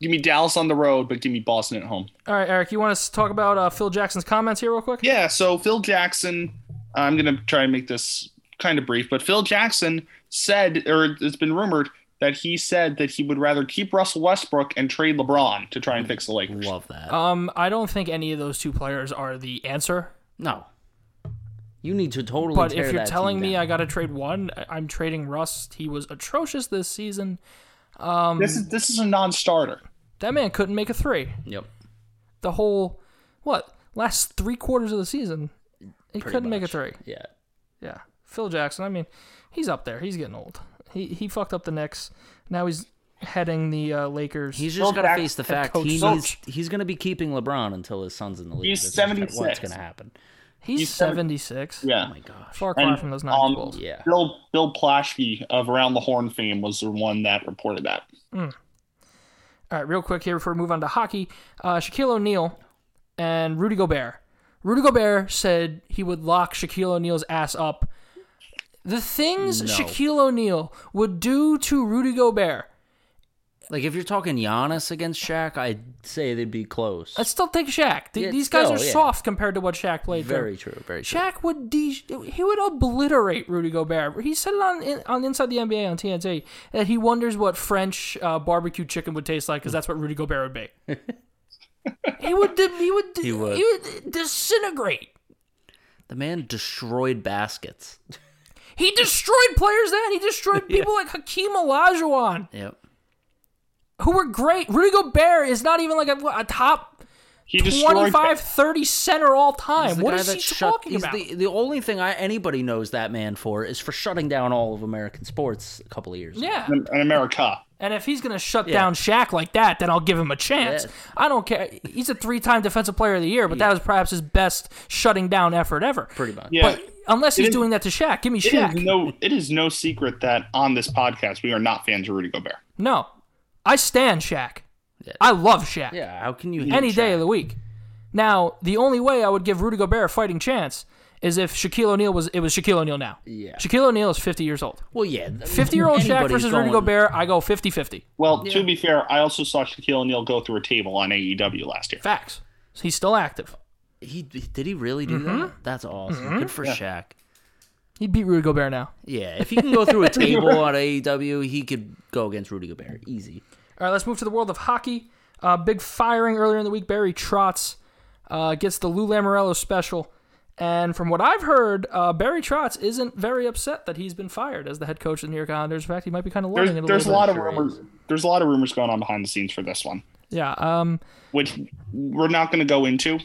Speaker 3: Give me Dallas on the road, but give me Boston at home.
Speaker 1: All right, Eric. You want us to talk about uh, Phil Jackson's comments here real quick?
Speaker 3: Yeah, so Phil Jackson, I'm going to try and make this kind of brief, but Phil Jackson said, or it's been rumored that he said that he would rather keep Russell Westbrook and trade LeBron to try and fix the Lakers.
Speaker 2: Love that.
Speaker 1: Um, I don't think any of those two players are the answer.
Speaker 2: no. You need to totally
Speaker 1: But
Speaker 2: tear
Speaker 1: if you're
Speaker 2: that
Speaker 1: telling
Speaker 2: team
Speaker 1: me
Speaker 2: down.
Speaker 1: I got to trade one, I- I'm trading Russ. He was atrocious this season.
Speaker 2: Um,
Speaker 3: this is this is a non-starter.
Speaker 1: That man couldn't make a three.
Speaker 2: Yep.
Speaker 1: The whole what last three quarters of the season, he couldn't make a
Speaker 2: much.
Speaker 1: three.
Speaker 2: Yeah.
Speaker 1: Yeah, Phil Jackson. I mean, he's up there. He's getting old. He he fucked up the Knicks. Now he's heading the uh, Lakers.
Speaker 2: He's just
Speaker 3: Phil
Speaker 2: got to
Speaker 3: Jack-
Speaker 2: face the
Speaker 1: head
Speaker 2: fact
Speaker 1: coach
Speaker 2: he needs,
Speaker 1: Coach.
Speaker 2: he's going to be keeping LeBron until his son's in the league.
Speaker 3: He's
Speaker 2: That's just What's
Speaker 3: 76.
Speaker 2: going to happen?
Speaker 1: he's,
Speaker 3: he's seven-
Speaker 1: 76.
Speaker 3: Yeah.
Speaker 2: Oh my gosh.
Speaker 1: Far cry
Speaker 3: And,
Speaker 1: from those
Speaker 3: um,
Speaker 1: 90s Bulls.
Speaker 2: Yeah.
Speaker 3: Bill Bill Plashke of Around the Horn fame was the one that reported that.
Speaker 1: All right, real quick here before we move on to hockey. Uh, Shaquille O'Neal and Rudy Gobert. Rudy Gobert said he would lock Shaquille O'Neal's ass up. The things
Speaker 2: No.
Speaker 1: Shaquille O'Neal would do to Rudy Gobert,
Speaker 2: Like if you're talking Giannis against Shaq, I'd say they'd be close.
Speaker 1: I'd still take Shaq. Th-
Speaker 2: Yeah,
Speaker 1: These guys
Speaker 2: still,
Speaker 1: are
Speaker 2: yeah.
Speaker 1: soft compared to what Shaq played through.
Speaker 2: very true. Very true.
Speaker 1: Shaq would de- he would obliterate Rudy Gobert. He said it on in- on Inside the NBA on TNT that he wonders what French uh, barbecue chicken would taste like because that's what Rudy Gobert would be. he would de- he would de- he
Speaker 2: He
Speaker 1: would.
Speaker 2: would.
Speaker 1: disintegrate.
Speaker 2: The man destroyed baskets.
Speaker 1: He destroyed players then. He destroyed people like Hakeem Olajuwon,
Speaker 2: Yep.
Speaker 1: who were great. Rudy Gobert is not even like a, a top
Speaker 3: He destroyed
Speaker 1: 25, 30 center all time.
Speaker 2: He's the
Speaker 1: What
Speaker 2: guy
Speaker 1: is
Speaker 2: that
Speaker 1: he
Speaker 2: shut-
Speaker 1: talking
Speaker 2: he's
Speaker 1: about?
Speaker 2: The, the only thing I, anybody knows that man for is for shutting down all of American sports a couple of years. ago.
Speaker 1: yeah.
Speaker 3: in America.
Speaker 1: And if he's gonna shut down Shaq like that, then I'll give him a chance.
Speaker 2: Yes.
Speaker 1: I don't care. He's a three-time Defensive Player of the Year, but that was perhaps his best shutting down effort ever.
Speaker 2: Pretty much.
Speaker 3: Yeah.
Speaker 1: But unless he's
Speaker 3: is-
Speaker 1: doing that to Shaq, give me
Speaker 3: It is
Speaker 1: Shaq. No.
Speaker 3: no it is no secret that on this podcast we are not fans of Rudy Gobert.
Speaker 1: I stand Shaq.
Speaker 2: Yeah.
Speaker 1: I love Shaq.
Speaker 2: Yeah. How can you? hate
Speaker 1: Any day
Speaker 2: Shaq?
Speaker 1: of the week. Now, the only way I would give Rudy Gobert a fighting chance is if Shaquille O'Neal was it was Shaquille O'Neal now.
Speaker 2: Yeah.
Speaker 1: Shaquille O'Neal is 50 years old.
Speaker 2: Well, yeah. th-
Speaker 1: 50-year-old Shaq
Speaker 2: anybody's
Speaker 1: versus Rudy
Speaker 2: going-
Speaker 1: Gobert, I go 50-50.
Speaker 3: Well, to be fair, I also saw Shaquille O'Neal go through a table on AEW last year.
Speaker 1: Facts. He's still active.
Speaker 2: He did he really do
Speaker 1: Mm-hmm.
Speaker 2: that? That's awesome. Good for Shaq.
Speaker 1: He'd beat Rudy Gobert now.
Speaker 2: Yeah. If he can go through a table on AEW, he could go against Rudy Gobert easy.
Speaker 1: All right, let's move to the world of hockey. Uh, big firing earlier in the week. Barry Trotz uh, gets the Lou Lamorello special. And from what I've heard, uh, Barry Trotz isn't very upset that he's been fired as the head coach of the New York Islanders. In fact, he might be kind of
Speaker 3: There's,
Speaker 1: loving it a
Speaker 3: there's a
Speaker 1: little bit.
Speaker 3: lot of
Speaker 2: sure
Speaker 3: rumors. There's a lot of rumors going on behind the scenes for this one,
Speaker 1: Yeah. Um,
Speaker 3: which we're not going to go into.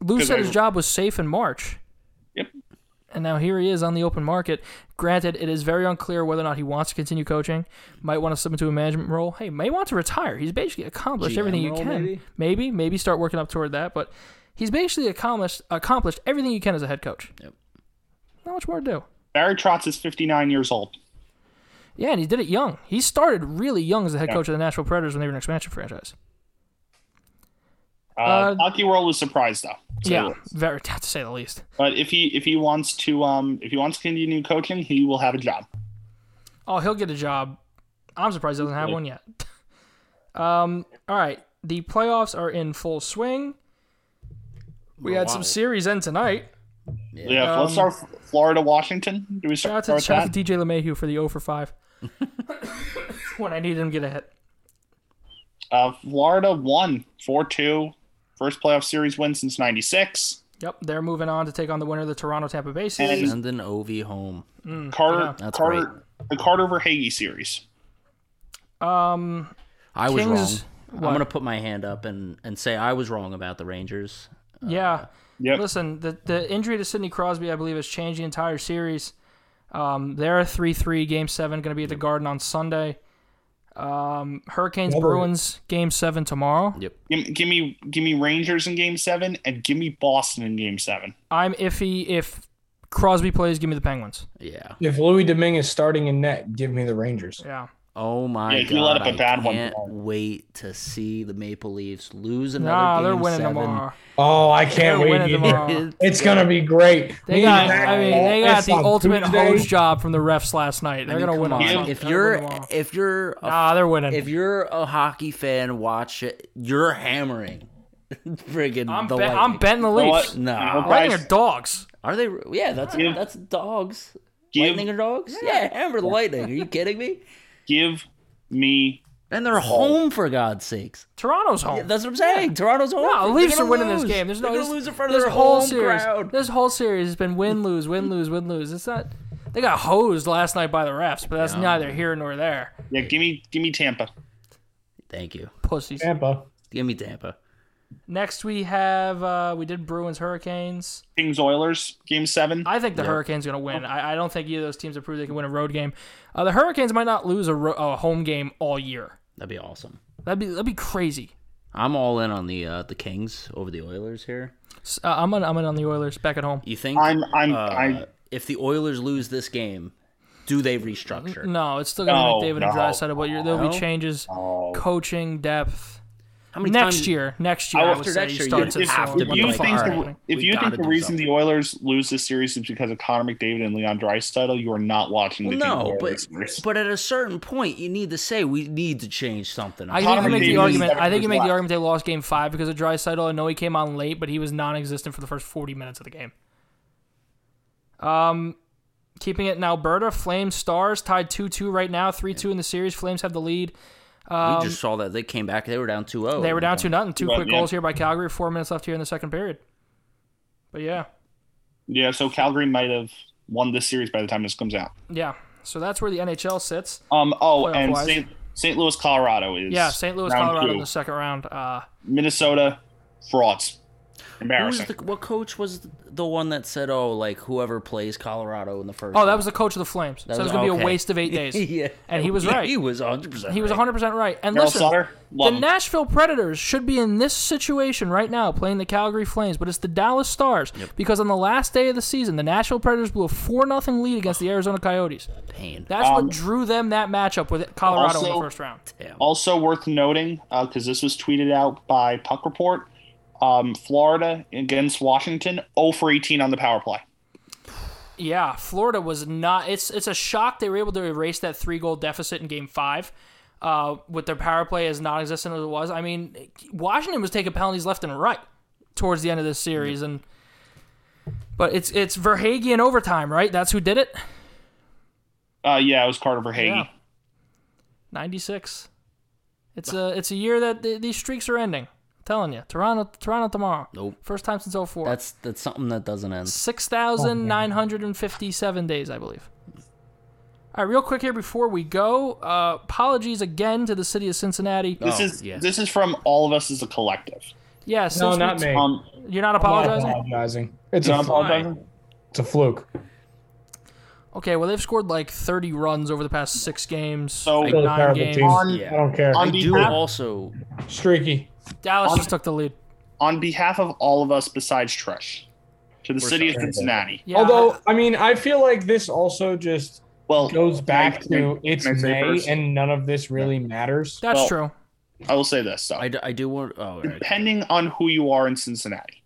Speaker 1: Lou said
Speaker 3: I-
Speaker 1: his job was safe in March,
Speaker 3: Yep.
Speaker 1: and now here he is on the open market. Granted, it is very unclear whether or not he wants to continue coaching. Might want to slip into a management role. Hey, may want to retire. He's basically accomplished
Speaker 2: GM
Speaker 1: everything you
Speaker 2: role,
Speaker 1: can.
Speaker 2: maybe?
Speaker 1: maybe, maybe start working up toward that. But he's basically accomplished accomplished everything you can as a head coach.
Speaker 2: Yep.
Speaker 1: not much more to do.
Speaker 3: Barry Trotz is 59 years old.
Speaker 1: Yeah, and he did it young. He started really young as the head coach of the Nashville Predators when they were an expansion franchise.
Speaker 3: Uh,
Speaker 1: Uh,
Speaker 3: Hockey World was surprised though. So-
Speaker 1: yeah, very to say the least.
Speaker 3: But if he if he wants to um if he wants to continue coaching, he will have a job.
Speaker 1: Oh, he'll get a job. I'm surprised he doesn't have one yet. um, all right. The playoffs are in full swing. We had some
Speaker 2: Wow.
Speaker 1: series end tonight.
Speaker 3: Yeah, let's
Speaker 1: Um,
Speaker 3: start with Florida, Washington. Do we start,
Speaker 1: Shout out to,
Speaker 3: start
Speaker 1: shout out
Speaker 3: that?
Speaker 1: to DJ LeMahieu for the 0 for 5 when I needed him to get a hit.
Speaker 3: Uh, Florida won 4-2. First playoff series win since 96.
Speaker 1: Yep, they're moving on to take on the winner of the Toronto Tampa Bay series.
Speaker 2: Send an OV home.
Speaker 3: Carter
Speaker 2: That's
Speaker 3: Carter the Carter Verhage series.
Speaker 1: Um,
Speaker 2: I was
Speaker 1: Kings-
Speaker 2: wrong.
Speaker 1: what?
Speaker 2: I'm gonna put my hand up and, and say I was wrong about the Rangers.
Speaker 1: yeah.
Speaker 3: uh, Yep.
Speaker 1: Listen, the the injury to Sidney Crosby, I believe, has changed the entire series. Um, they're three three game seven, going to be at the Garden on Sunday. Um, Hurricanes
Speaker 4: Double.
Speaker 1: Bruins game seven tomorrow.
Speaker 2: Yep.
Speaker 3: Give, give me give me Rangers in game 7 and give me Boston in game 7.
Speaker 1: I'm iffy if Crosby plays. Give me the Penguins.
Speaker 2: Yeah.
Speaker 4: If Louis Domingue is starting in net, give me the Rangers.
Speaker 1: Yeah,
Speaker 2: Oh my
Speaker 3: Yeah,
Speaker 2: god!
Speaker 3: you let up a bad
Speaker 2: I
Speaker 3: one
Speaker 2: can't
Speaker 3: tomorrow.
Speaker 2: wait to see the Maple Leafs lose another
Speaker 1: nah,
Speaker 2: game
Speaker 1: they're winning
Speaker 2: seven.
Speaker 1: tomorrow.
Speaker 4: Oh, I
Speaker 1: They're
Speaker 4: can't
Speaker 1: winning
Speaker 4: wait. either.
Speaker 1: tomorrow.
Speaker 4: It's gonna be great.
Speaker 1: They
Speaker 4: Me
Speaker 1: got,
Speaker 4: and
Speaker 1: I
Speaker 4: Matt,
Speaker 1: mean, they
Speaker 4: all
Speaker 1: got
Speaker 4: this
Speaker 1: the
Speaker 4: on
Speaker 1: ultimate
Speaker 4: Tuesday.
Speaker 1: hose job from the refs last night. They're
Speaker 2: I mean,
Speaker 1: gonna win
Speaker 2: come
Speaker 1: on.
Speaker 2: on.
Speaker 1: Sunday.
Speaker 2: If
Speaker 1: They're
Speaker 2: you're
Speaker 1: gonna win tomorrow.
Speaker 2: if you're a,
Speaker 1: nah, they're winning.
Speaker 2: if you're a hockey fan, watch it. You're hammering. Friggin'
Speaker 1: I'm,
Speaker 2: the
Speaker 1: bet- I'm
Speaker 2: Lightning.
Speaker 1: betting the
Speaker 3: You know
Speaker 1: Leafs.
Speaker 3: what?
Speaker 2: No.
Speaker 3: Okay.
Speaker 1: Lightning are dogs.
Speaker 2: Are they? Yeah, that's
Speaker 3: Give-
Speaker 2: that's dogs.
Speaker 3: give-
Speaker 2: lightning are dogs. Yeah, hammer the lightning. Are you kidding me?
Speaker 3: Give me
Speaker 2: And
Speaker 3: Oh.
Speaker 2: they're home for God's sakes.
Speaker 1: Toronto's home.
Speaker 2: Yeah, that's what I'm saying. Toronto's home.
Speaker 1: No,
Speaker 2: They're
Speaker 1: the Leafs are
Speaker 2: gonna
Speaker 1: winning
Speaker 2: lose.
Speaker 1: this game. There's no
Speaker 2: they're
Speaker 1: this,
Speaker 2: gonna lose in front of
Speaker 1: this
Speaker 2: their
Speaker 1: whole
Speaker 2: home
Speaker 1: series.
Speaker 2: crowd.
Speaker 1: This whole series has been win lose win lose win lose. It's not they got hosed last night by the refs, but that's neither here nor there.
Speaker 3: yeah, give me give me Tampa.
Speaker 2: Thank you.
Speaker 1: Pussies.
Speaker 4: Tampa.
Speaker 2: Give me Tampa.
Speaker 1: Next we have uh, we did Bruins Hurricanes.
Speaker 3: Kings Oilers game 7.
Speaker 1: I think the Hurricanes are gonna win. I, I don't think either of those teams have proved they can win a road game. Uh, the Hurricanes might not lose a, ro- a home game all year.
Speaker 2: That'd be awesome.
Speaker 1: That'd be that'd be crazy.
Speaker 2: I'm all in on the uh, the Kings over the Oilers here.
Speaker 1: S- Uh, I'm on I'm on, on the Oilers back at home.
Speaker 2: You think?
Speaker 3: I'm I'm
Speaker 2: uh,
Speaker 3: I
Speaker 2: if the Oilers lose this game, do they restructure?
Speaker 1: No, it's still gonna
Speaker 3: No,
Speaker 1: be McDavid
Speaker 3: no.
Speaker 1: and Drysdale, but you're, there'll
Speaker 2: No?
Speaker 1: be changes, coaching depth.
Speaker 2: How many
Speaker 1: next
Speaker 2: times-
Speaker 1: year, next year, I
Speaker 2: After
Speaker 1: would say
Speaker 2: next year,
Speaker 1: he starts
Speaker 2: you
Speaker 1: at
Speaker 2: have
Speaker 1: seven.
Speaker 2: to
Speaker 3: if
Speaker 2: be
Speaker 1: What
Speaker 3: you
Speaker 1: the
Speaker 2: like,
Speaker 1: fuck?
Speaker 3: think
Speaker 2: all
Speaker 3: the,
Speaker 2: right,
Speaker 3: if
Speaker 2: we
Speaker 3: you think
Speaker 2: gotta
Speaker 3: the
Speaker 2: do
Speaker 3: reason
Speaker 2: something.
Speaker 3: the Oilers lose this series is because of Connor McDavid and Leon Draisaitl, you are not watching the
Speaker 2: Well,
Speaker 3: Kings
Speaker 2: no,
Speaker 3: Oilers
Speaker 2: but
Speaker 3: series.
Speaker 2: but at a certain point, you need to say we need to change something.
Speaker 1: I
Speaker 2: I,
Speaker 1: think you make the
Speaker 3: Davis
Speaker 1: argument.
Speaker 3: never
Speaker 1: I think you
Speaker 3: was
Speaker 1: make the
Speaker 3: left.
Speaker 1: argument they lost Game Five because of Drysaitel. I know he came on late, but he was non-existent for the first forty minutes of the game. Um, keeping it in Alberta, Flames Stars tied two-two right now, three-two in the series. Flames have the lead.
Speaker 2: we just saw that they came back. They were down oh. 2-0.
Speaker 1: um, They were down two nothing. Two
Speaker 3: Yeah,
Speaker 1: quick
Speaker 3: yeah.
Speaker 1: goals here by Calgary. Four minutes left here in the second period. But yeah,
Speaker 3: Yeah, so Calgary might have won this series by the time this comes out.
Speaker 1: yeah. So that's where the NHL sits.
Speaker 3: Um. Oh,
Speaker 1: Playoff
Speaker 3: and
Speaker 1: wise.
Speaker 3: St. St. Louis, Colorado is
Speaker 1: Yeah, St. Louis,
Speaker 3: round
Speaker 1: Colorado
Speaker 3: two.
Speaker 1: in the second round. Uh,
Speaker 3: Minnesota frauds.
Speaker 2: Who was
Speaker 3: Embarrassing.
Speaker 2: the, what coach was the one that said, "Oh, like whoever plays Colorado in the first
Speaker 1: oh, that was the coach of the Flames. So it was
Speaker 2: was-
Speaker 1: gonna be a
Speaker 2: okay.
Speaker 1: waste of eight days.
Speaker 2: yeah,
Speaker 1: and he was
Speaker 2: Yeah,
Speaker 1: right.
Speaker 2: He was 100. percent
Speaker 1: He was 100% right. And
Speaker 3: Daryl
Speaker 1: listen,
Speaker 3: Sutter,
Speaker 1: the
Speaker 3: love him.
Speaker 1: Nashville Predators should be in this situation right now playing the Calgary Flames, but it's the Dallas Stars because on the last day of the season, the Nashville Predators blew a 4 0 lead against the Arizona Coyotes.
Speaker 2: pain.
Speaker 1: That's what drew them that matchup with Colorado in the
Speaker 3: Also-
Speaker 1: first round.
Speaker 3: also worth noting, because this was tweeted out by Puck Report, um, Florida against Washington, 0 for 18 on the power play.
Speaker 1: Yeah, Florida was not. It's it's a shock they were able to erase that three goal deficit in Game Five, uh, with their power play as non-existent as it was. I mean, Washington was taking penalties left and right towards the end of this series, and but it's it's Verhage in overtime, right? That's who did it.
Speaker 3: Uh, yeah, it was Carter Verhage.
Speaker 1: Yeah. Ninety six. It's a it's a year that th- these streaks are ending. I'm telling you, Toronto Toronto tomorrow.
Speaker 2: Nope.
Speaker 1: First time since 04.
Speaker 2: That's that's something that doesn't end.
Speaker 1: Six thousand nine hundred and fifty-seven days, I believe. All right, real quick here before we go. Uh, apologies again to the city of Cincinnati.
Speaker 3: This
Speaker 2: Oh,
Speaker 3: is
Speaker 2: yeah.
Speaker 3: this is from all of us as a collective.
Speaker 1: Yeah, since
Speaker 4: No,
Speaker 1: we-
Speaker 4: not me.
Speaker 3: Um,
Speaker 1: You're not
Speaker 4: I'm not
Speaker 1: apologizing.
Speaker 4: apologizing. It's
Speaker 3: John
Speaker 4: a,
Speaker 3: Paul
Speaker 4: fluke.
Speaker 1: fine.
Speaker 3: Dunn?
Speaker 4: it's a fluke.
Speaker 1: Okay, well they've scored like 30 runs over the past six games.
Speaker 3: So-
Speaker 1: like
Speaker 4: Still a
Speaker 1: nine
Speaker 4: terrible
Speaker 1: games.
Speaker 4: team.
Speaker 2: Yeah.
Speaker 4: I don't care.
Speaker 2: I
Speaker 3: Mm. on
Speaker 2: do
Speaker 3: behalf,
Speaker 2: also.
Speaker 4: Streaky.
Speaker 1: Dallas just took the lead.
Speaker 3: on behalf of all of us besides Trish, to the
Speaker 2: We're
Speaker 3: city of
Speaker 2: sorry.
Speaker 3: Cincinnati.
Speaker 1: Yeah,
Speaker 4: Although, I mean, I feel like this also just
Speaker 3: Well,
Speaker 4: goes back
Speaker 3: can I-
Speaker 4: to it's
Speaker 3: can I say
Speaker 4: May
Speaker 3: first?
Speaker 4: and none of this really matters.
Speaker 1: that's
Speaker 3: well,
Speaker 1: true.
Speaker 3: I will say this though.
Speaker 2: I, d- I do want. Oh, right.
Speaker 3: depending on who you are in Cincinnati.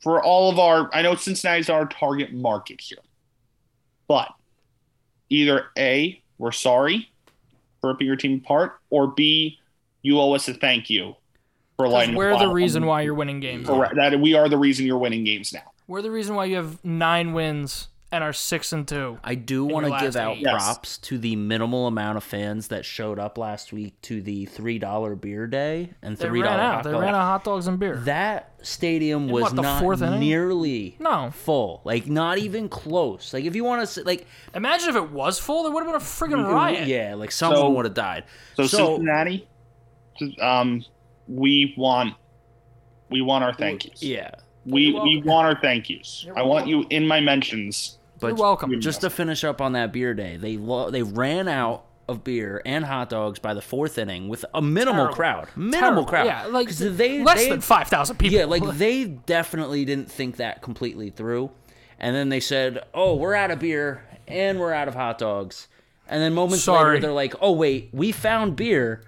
Speaker 3: For all of our, I know Cincinnati's our target market here, but either A, we're sorry for ripping your team apart, or B, you owe us a thank you for
Speaker 1: 'Cause
Speaker 3: lighting
Speaker 1: We're the
Speaker 3: fire.
Speaker 1: reason why you're winning games.
Speaker 3: Correct. That we are the reason you're winning games now.
Speaker 1: We're the reason why you have nine wins and are six and two.
Speaker 2: I
Speaker 1: your
Speaker 2: do want to
Speaker 1: last
Speaker 2: give out
Speaker 1: eight.
Speaker 3: Yes.
Speaker 2: props to the minimal amount of fans that showed up last week to the three dollar beer day and
Speaker 1: They
Speaker 2: three
Speaker 1: ran
Speaker 2: dollar
Speaker 1: out. They ran out of hot dogs and beer.
Speaker 2: That stadium was
Speaker 1: what, the
Speaker 2: not
Speaker 1: fourth inning?
Speaker 2: nearly
Speaker 1: No.
Speaker 2: full. Like not even close. Like if you want to like
Speaker 1: Imagine if it was full, there would have been a friggin' riot.
Speaker 2: Mm, yeah, like someone
Speaker 3: So-
Speaker 2: would have died.
Speaker 3: So,
Speaker 2: So-
Speaker 3: Cincinnati, um, we want we want our thank yous.
Speaker 2: Yeah.
Speaker 3: we
Speaker 1: You're
Speaker 3: we
Speaker 1: welcome.
Speaker 3: want our thank yous.
Speaker 1: You're
Speaker 3: I want you in my mentions.
Speaker 2: But mm,
Speaker 1: You're welcome.
Speaker 2: Just to finish up on that beer day, they lo- they ran out of beer and hot dogs by the fourth inning with a minimal
Speaker 1: Terrible.
Speaker 2: crowd. Minimal
Speaker 1: Terrible.
Speaker 2: crowd.
Speaker 1: Yeah, like
Speaker 2: 'Cause they
Speaker 1: less
Speaker 2: they-
Speaker 1: than five thousand people.
Speaker 2: Yeah, like they definitely didn't think that completely through. And then they said, "Oh, we're out of beer and we're out of hot dogs." And then moments
Speaker 1: Sorry.
Speaker 2: later, they're like, "Oh wait, we found beer,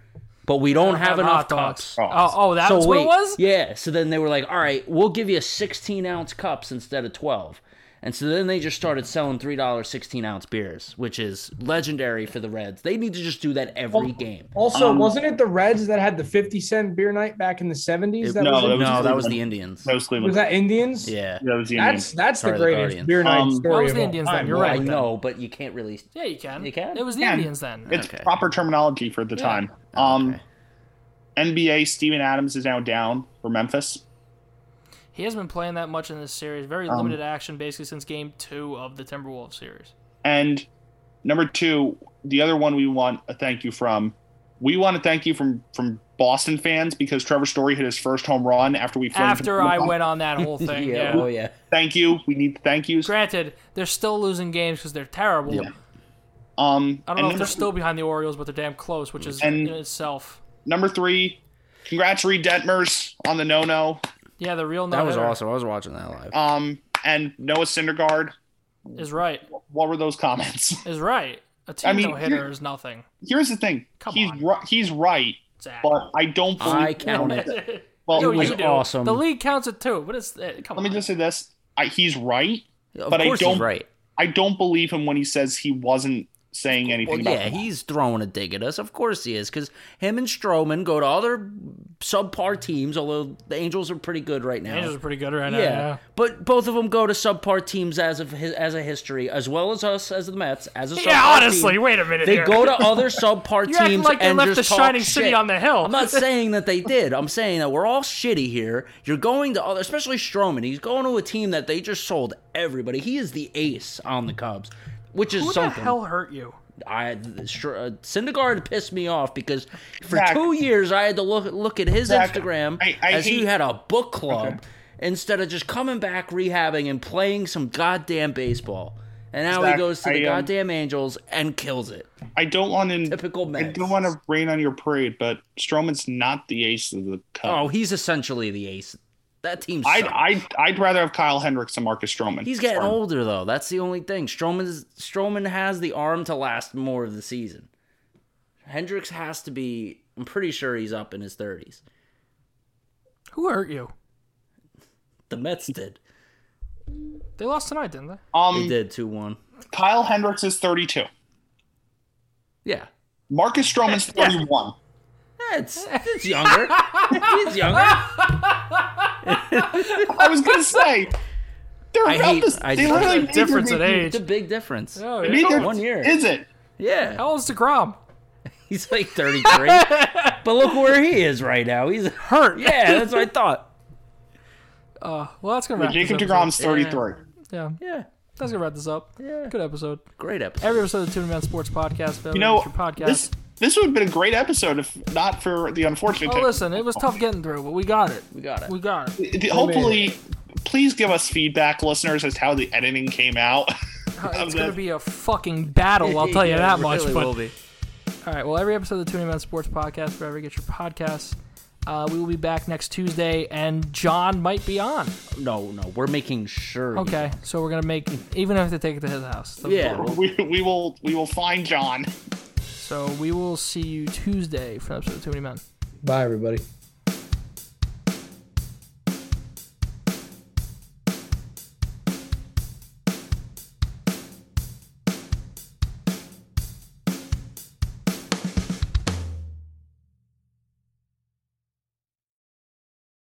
Speaker 2: but we don't have
Speaker 1: hot
Speaker 2: enough cups."
Speaker 1: dogs. Oh, oh, that
Speaker 2: so
Speaker 1: was
Speaker 2: wait,
Speaker 1: what it was.
Speaker 2: yeah. So then they were like, "All right, we'll give you 16 ounce cups instead of 12." And so then they just started selling three dollar 16 ounce beers, which is legendary for the Reds. They need to just do that every game.
Speaker 4: Also,
Speaker 3: Um,
Speaker 4: wasn't it the Reds that had the 50 cent beer night back in the 70s?
Speaker 2: It-
Speaker 4: that
Speaker 3: no,
Speaker 4: was,
Speaker 3: that
Speaker 4: in-
Speaker 3: was-
Speaker 2: no, that was the Indians.
Speaker 3: That was Cleveland.
Speaker 4: was that Indians?
Speaker 2: Yeah.
Speaker 3: That was the
Speaker 4: That's
Speaker 3: Indians.
Speaker 4: that's
Speaker 2: Sorry,
Speaker 4: the
Speaker 2: the
Speaker 4: greatest
Speaker 2: Guardians.
Speaker 4: beer night
Speaker 3: Um,
Speaker 4: story.
Speaker 1: That was
Speaker 4: of
Speaker 1: the
Speaker 4: all
Speaker 1: Indians then,
Speaker 4: time.
Speaker 1: you're
Speaker 2: Well,
Speaker 1: right
Speaker 2: I
Speaker 1: then.
Speaker 2: know, but you can't really.
Speaker 1: Yeah, you can.
Speaker 2: You can?
Speaker 1: It was the
Speaker 3: Yeah.
Speaker 1: Indians then.
Speaker 3: It's
Speaker 2: Okay. Oh,
Speaker 3: proper terminology for the
Speaker 1: Yeah.
Speaker 3: time. Um,
Speaker 2: Okay.
Speaker 3: NBA Steven Adams is now down for Memphis.
Speaker 1: He hasn't been playing that much in this series. Very
Speaker 2: Um,
Speaker 1: limited action, basically, since game two of the Timberwolves series.
Speaker 3: And number two, the other one we want a thank you from, we want to thank you from from Boston fans because Trevor Story hit his first home run after we flamed
Speaker 1: After
Speaker 3: him.
Speaker 1: I went on that whole thing, yeah.
Speaker 2: Oh yeah.
Speaker 3: Thank you. We need the thank yous.
Speaker 1: Granted, they're still losing games because they're terrible.
Speaker 2: Yeah.
Speaker 3: Um,
Speaker 1: I don't know if
Speaker 3: and number,
Speaker 1: they're still behind the Orioles, but they're damn close,
Speaker 2: Mm.
Speaker 1: which is
Speaker 3: And-
Speaker 1: in itself.
Speaker 3: number three. Congrats, Reed Detmers on the no no.
Speaker 1: Yeah, the real
Speaker 2: That was
Speaker 1: no-hitter
Speaker 2: awesome. I was watching that live.
Speaker 3: Um, and Noah Syndergaard.
Speaker 1: Is right.
Speaker 3: What were those comments?
Speaker 1: Is right. A team
Speaker 3: mean,
Speaker 1: no hitter
Speaker 3: you-
Speaker 1: is nothing.
Speaker 3: Here's the thing.
Speaker 1: Come
Speaker 3: he's
Speaker 1: on.
Speaker 3: ri- he's right,
Speaker 1: Zach.
Speaker 3: but I don't believe.
Speaker 2: I count it.
Speaker 3: Well,
Speaker 1: No,
Speaker 2: It was
Speaker 1: you do.
Speaker 2: awesome.
Speaker 1: The league counts it too. What is that? Come
Speaker 3: let me
Speaker 1: on.
Speaker 3: just say this. I, he's right.
Speaker 2: Of
Speaker 3: But I
Speaker 2: course
Speaker 3: don't-
Speaker 2: he's right.
Speaker 3: I don't believe him when he says he wasn't saying
Speaker 2: Well,
Speaker 3: anything
Speaker 2: yeah,
Speaker 3: about that.
Speaker 2: he's throwing a dig at us. Of course he is, because him and Stroman go to all their subpar teams. Although the Angels are pretty good right now.
Speaker 1: Angels are pretty good right now.
Speaker 2: yeah.
Speaker 1: Yeah.
Speaker 2: but both of them go to subpar teams as of his, as a history, as well as us as the Mets as a.
Speaker 1: Yeah,
Speaker 2: subpar
Speaker 1: honestly,
Speaker 2: team.
Speaker 1: wait a minute.
Speaker 2: They
Speaker 1: here.
Speaker 2: go to other subpar
Speaker 1: You're acting
Speaker 2: teams
Speaker 1: like they
Speaker 2: and
Speaker 1: left the
Speaker 2: just talk
Speaker 1: shining city
Speaker 2: shit.
Speaker 1: on the hill.
Speaker 2: I'm not saying that they did. I'm saying that we're all shitty here. You're going to other, especially Stroman. He's going to a team that they just sold everybody. He is the ace on the Cubs, which is
Speaker 1: Who the
Speaker 2: something.
Speaker 1: hell hurt you?
Speaker 2: I Str- uh, Syndergaard pissed me off because for
Speaker 3: Zach.
Speaker 2: two years I had to look look at his
Speaker 3: Zach,
Speaker 2: Instagram
Speaker 3: I- I
Speaker 2: as he
Speaker 3: hate-
Speaker 2: had a book club instead of just coming back rehabbing and playing some goddamn baseball. And now he
Speaker 3: Zach,
Speaker 2: goes to the
Speaker 3: I, um,
Speaker 2: goddamn Angels and kills it.
Speaker 3: I don't want to.
Speaker 2: Typical
Speaker 3: I
Speaker 2: Mets.
Speaker 3: don't want to rain on your parade, but Stroman's not the ace of the cup.
Speaker 2: Oh, he's essentially the ace. That team.
Speaker 3: I'd,
Speaker 2: sucks.
Speaker 3: I'd I'd rather have Kyle Hendricks than Marcus Stroman.
Speaker 2: Oh, He's getting
Speaker 3: Sorry.
Speaker 2: older though. That's the only thing. Stroman's Stroman has the arm to last more of the season. Hendricks has to be. I'm pretty sure he's up in his 30s.
Speaker 1: Who hurt you?
Speaker 2: The Mets did.
Speaker 1: They lost tonight, didn't they?
Speaker 2: They
Speaker 3: Um,
Speaker 2: did two one.
Speaker 3: Kyle Hendricks is 32.
Speaker 2: Yeah,
Speaker 3: Marcus Stroman's 31.
Speaker 2: it's it's younger. he's younger.
Speaker 3: I was gonna say they're
Speaker 2: I
Speaker 3: about
Speaker 2: hate-
Speaker 3: this-
Speaker 2: I
Speaker 3: they
Speaker 2: just-
Speaker 3: literally
Speaker 1: Big difference in
Speaker 2: It's
Speaker 1: age.
Speaker 2: a big difference.
Speaker 1: Oh, yeah.
Speaker 3: Neither
Speaker 2: One year.
Speaker 3: is it.
Speaker 2: Yeah,
Speaker 1: How old's DeGrom?
Speaker 2: he's like 33. but look where he is right now. He's hurt. Yeah, that's what I thought.
Speaker 1: Uh, well, that's gonna wrap
Speaker 3: Jacob
Speaker 1: this episode.
Speaker 3: Degrom's 33.
Speaker 1: Yeah,
Speaker 2: Yeah,
Speaker 1: that's gonna wrap this up.
Speaker 2: Yeah.
Speaker 1: Good episode.
Speaker 2: great episode.
Speaker 1: Every episode of the Tune Man Sports Podcast.
Speaker 3: You know,
Speaker 1: podcast.
Speaker 3: this this would have been a great episode if not for the unfortunate.
Speaker 1: Oh,
Speaker 3: tech-
Speaker 1: listen, it was tough getting through, but we got it.
Speaker 2: we got it.
Speaker 1: We got it.
Speaker 3: Th- hopefully please give us feedback listeners as to how the editing came out
Speaker 1: Uh, It's gonna be a fucking battle, I'll tell you
Speaker 2: Yeah,
Speaker 1: that
Speaker 2: it
Speaker 1: much.
Speaker 2: really
Speaker 1: but
Speaker 2: will be.
Speaker 1: all right, well, every episode of the Tuning Man Sports Podcast, wherever you get your podcasts, Uh, we will be back next Tuesday, and John might be on.
Speaker 2: No, no, we're making sure. he's
Speaker 1: Okay, so we're gonna make even if they take it to his house. So-
Speaker 2: Yeah. well,
Speaker 3: We, we will we will find John.
Speaker 1: So we will see you Tuesday for episode of Too Many Men.
Speaker 4: Bye, everybody.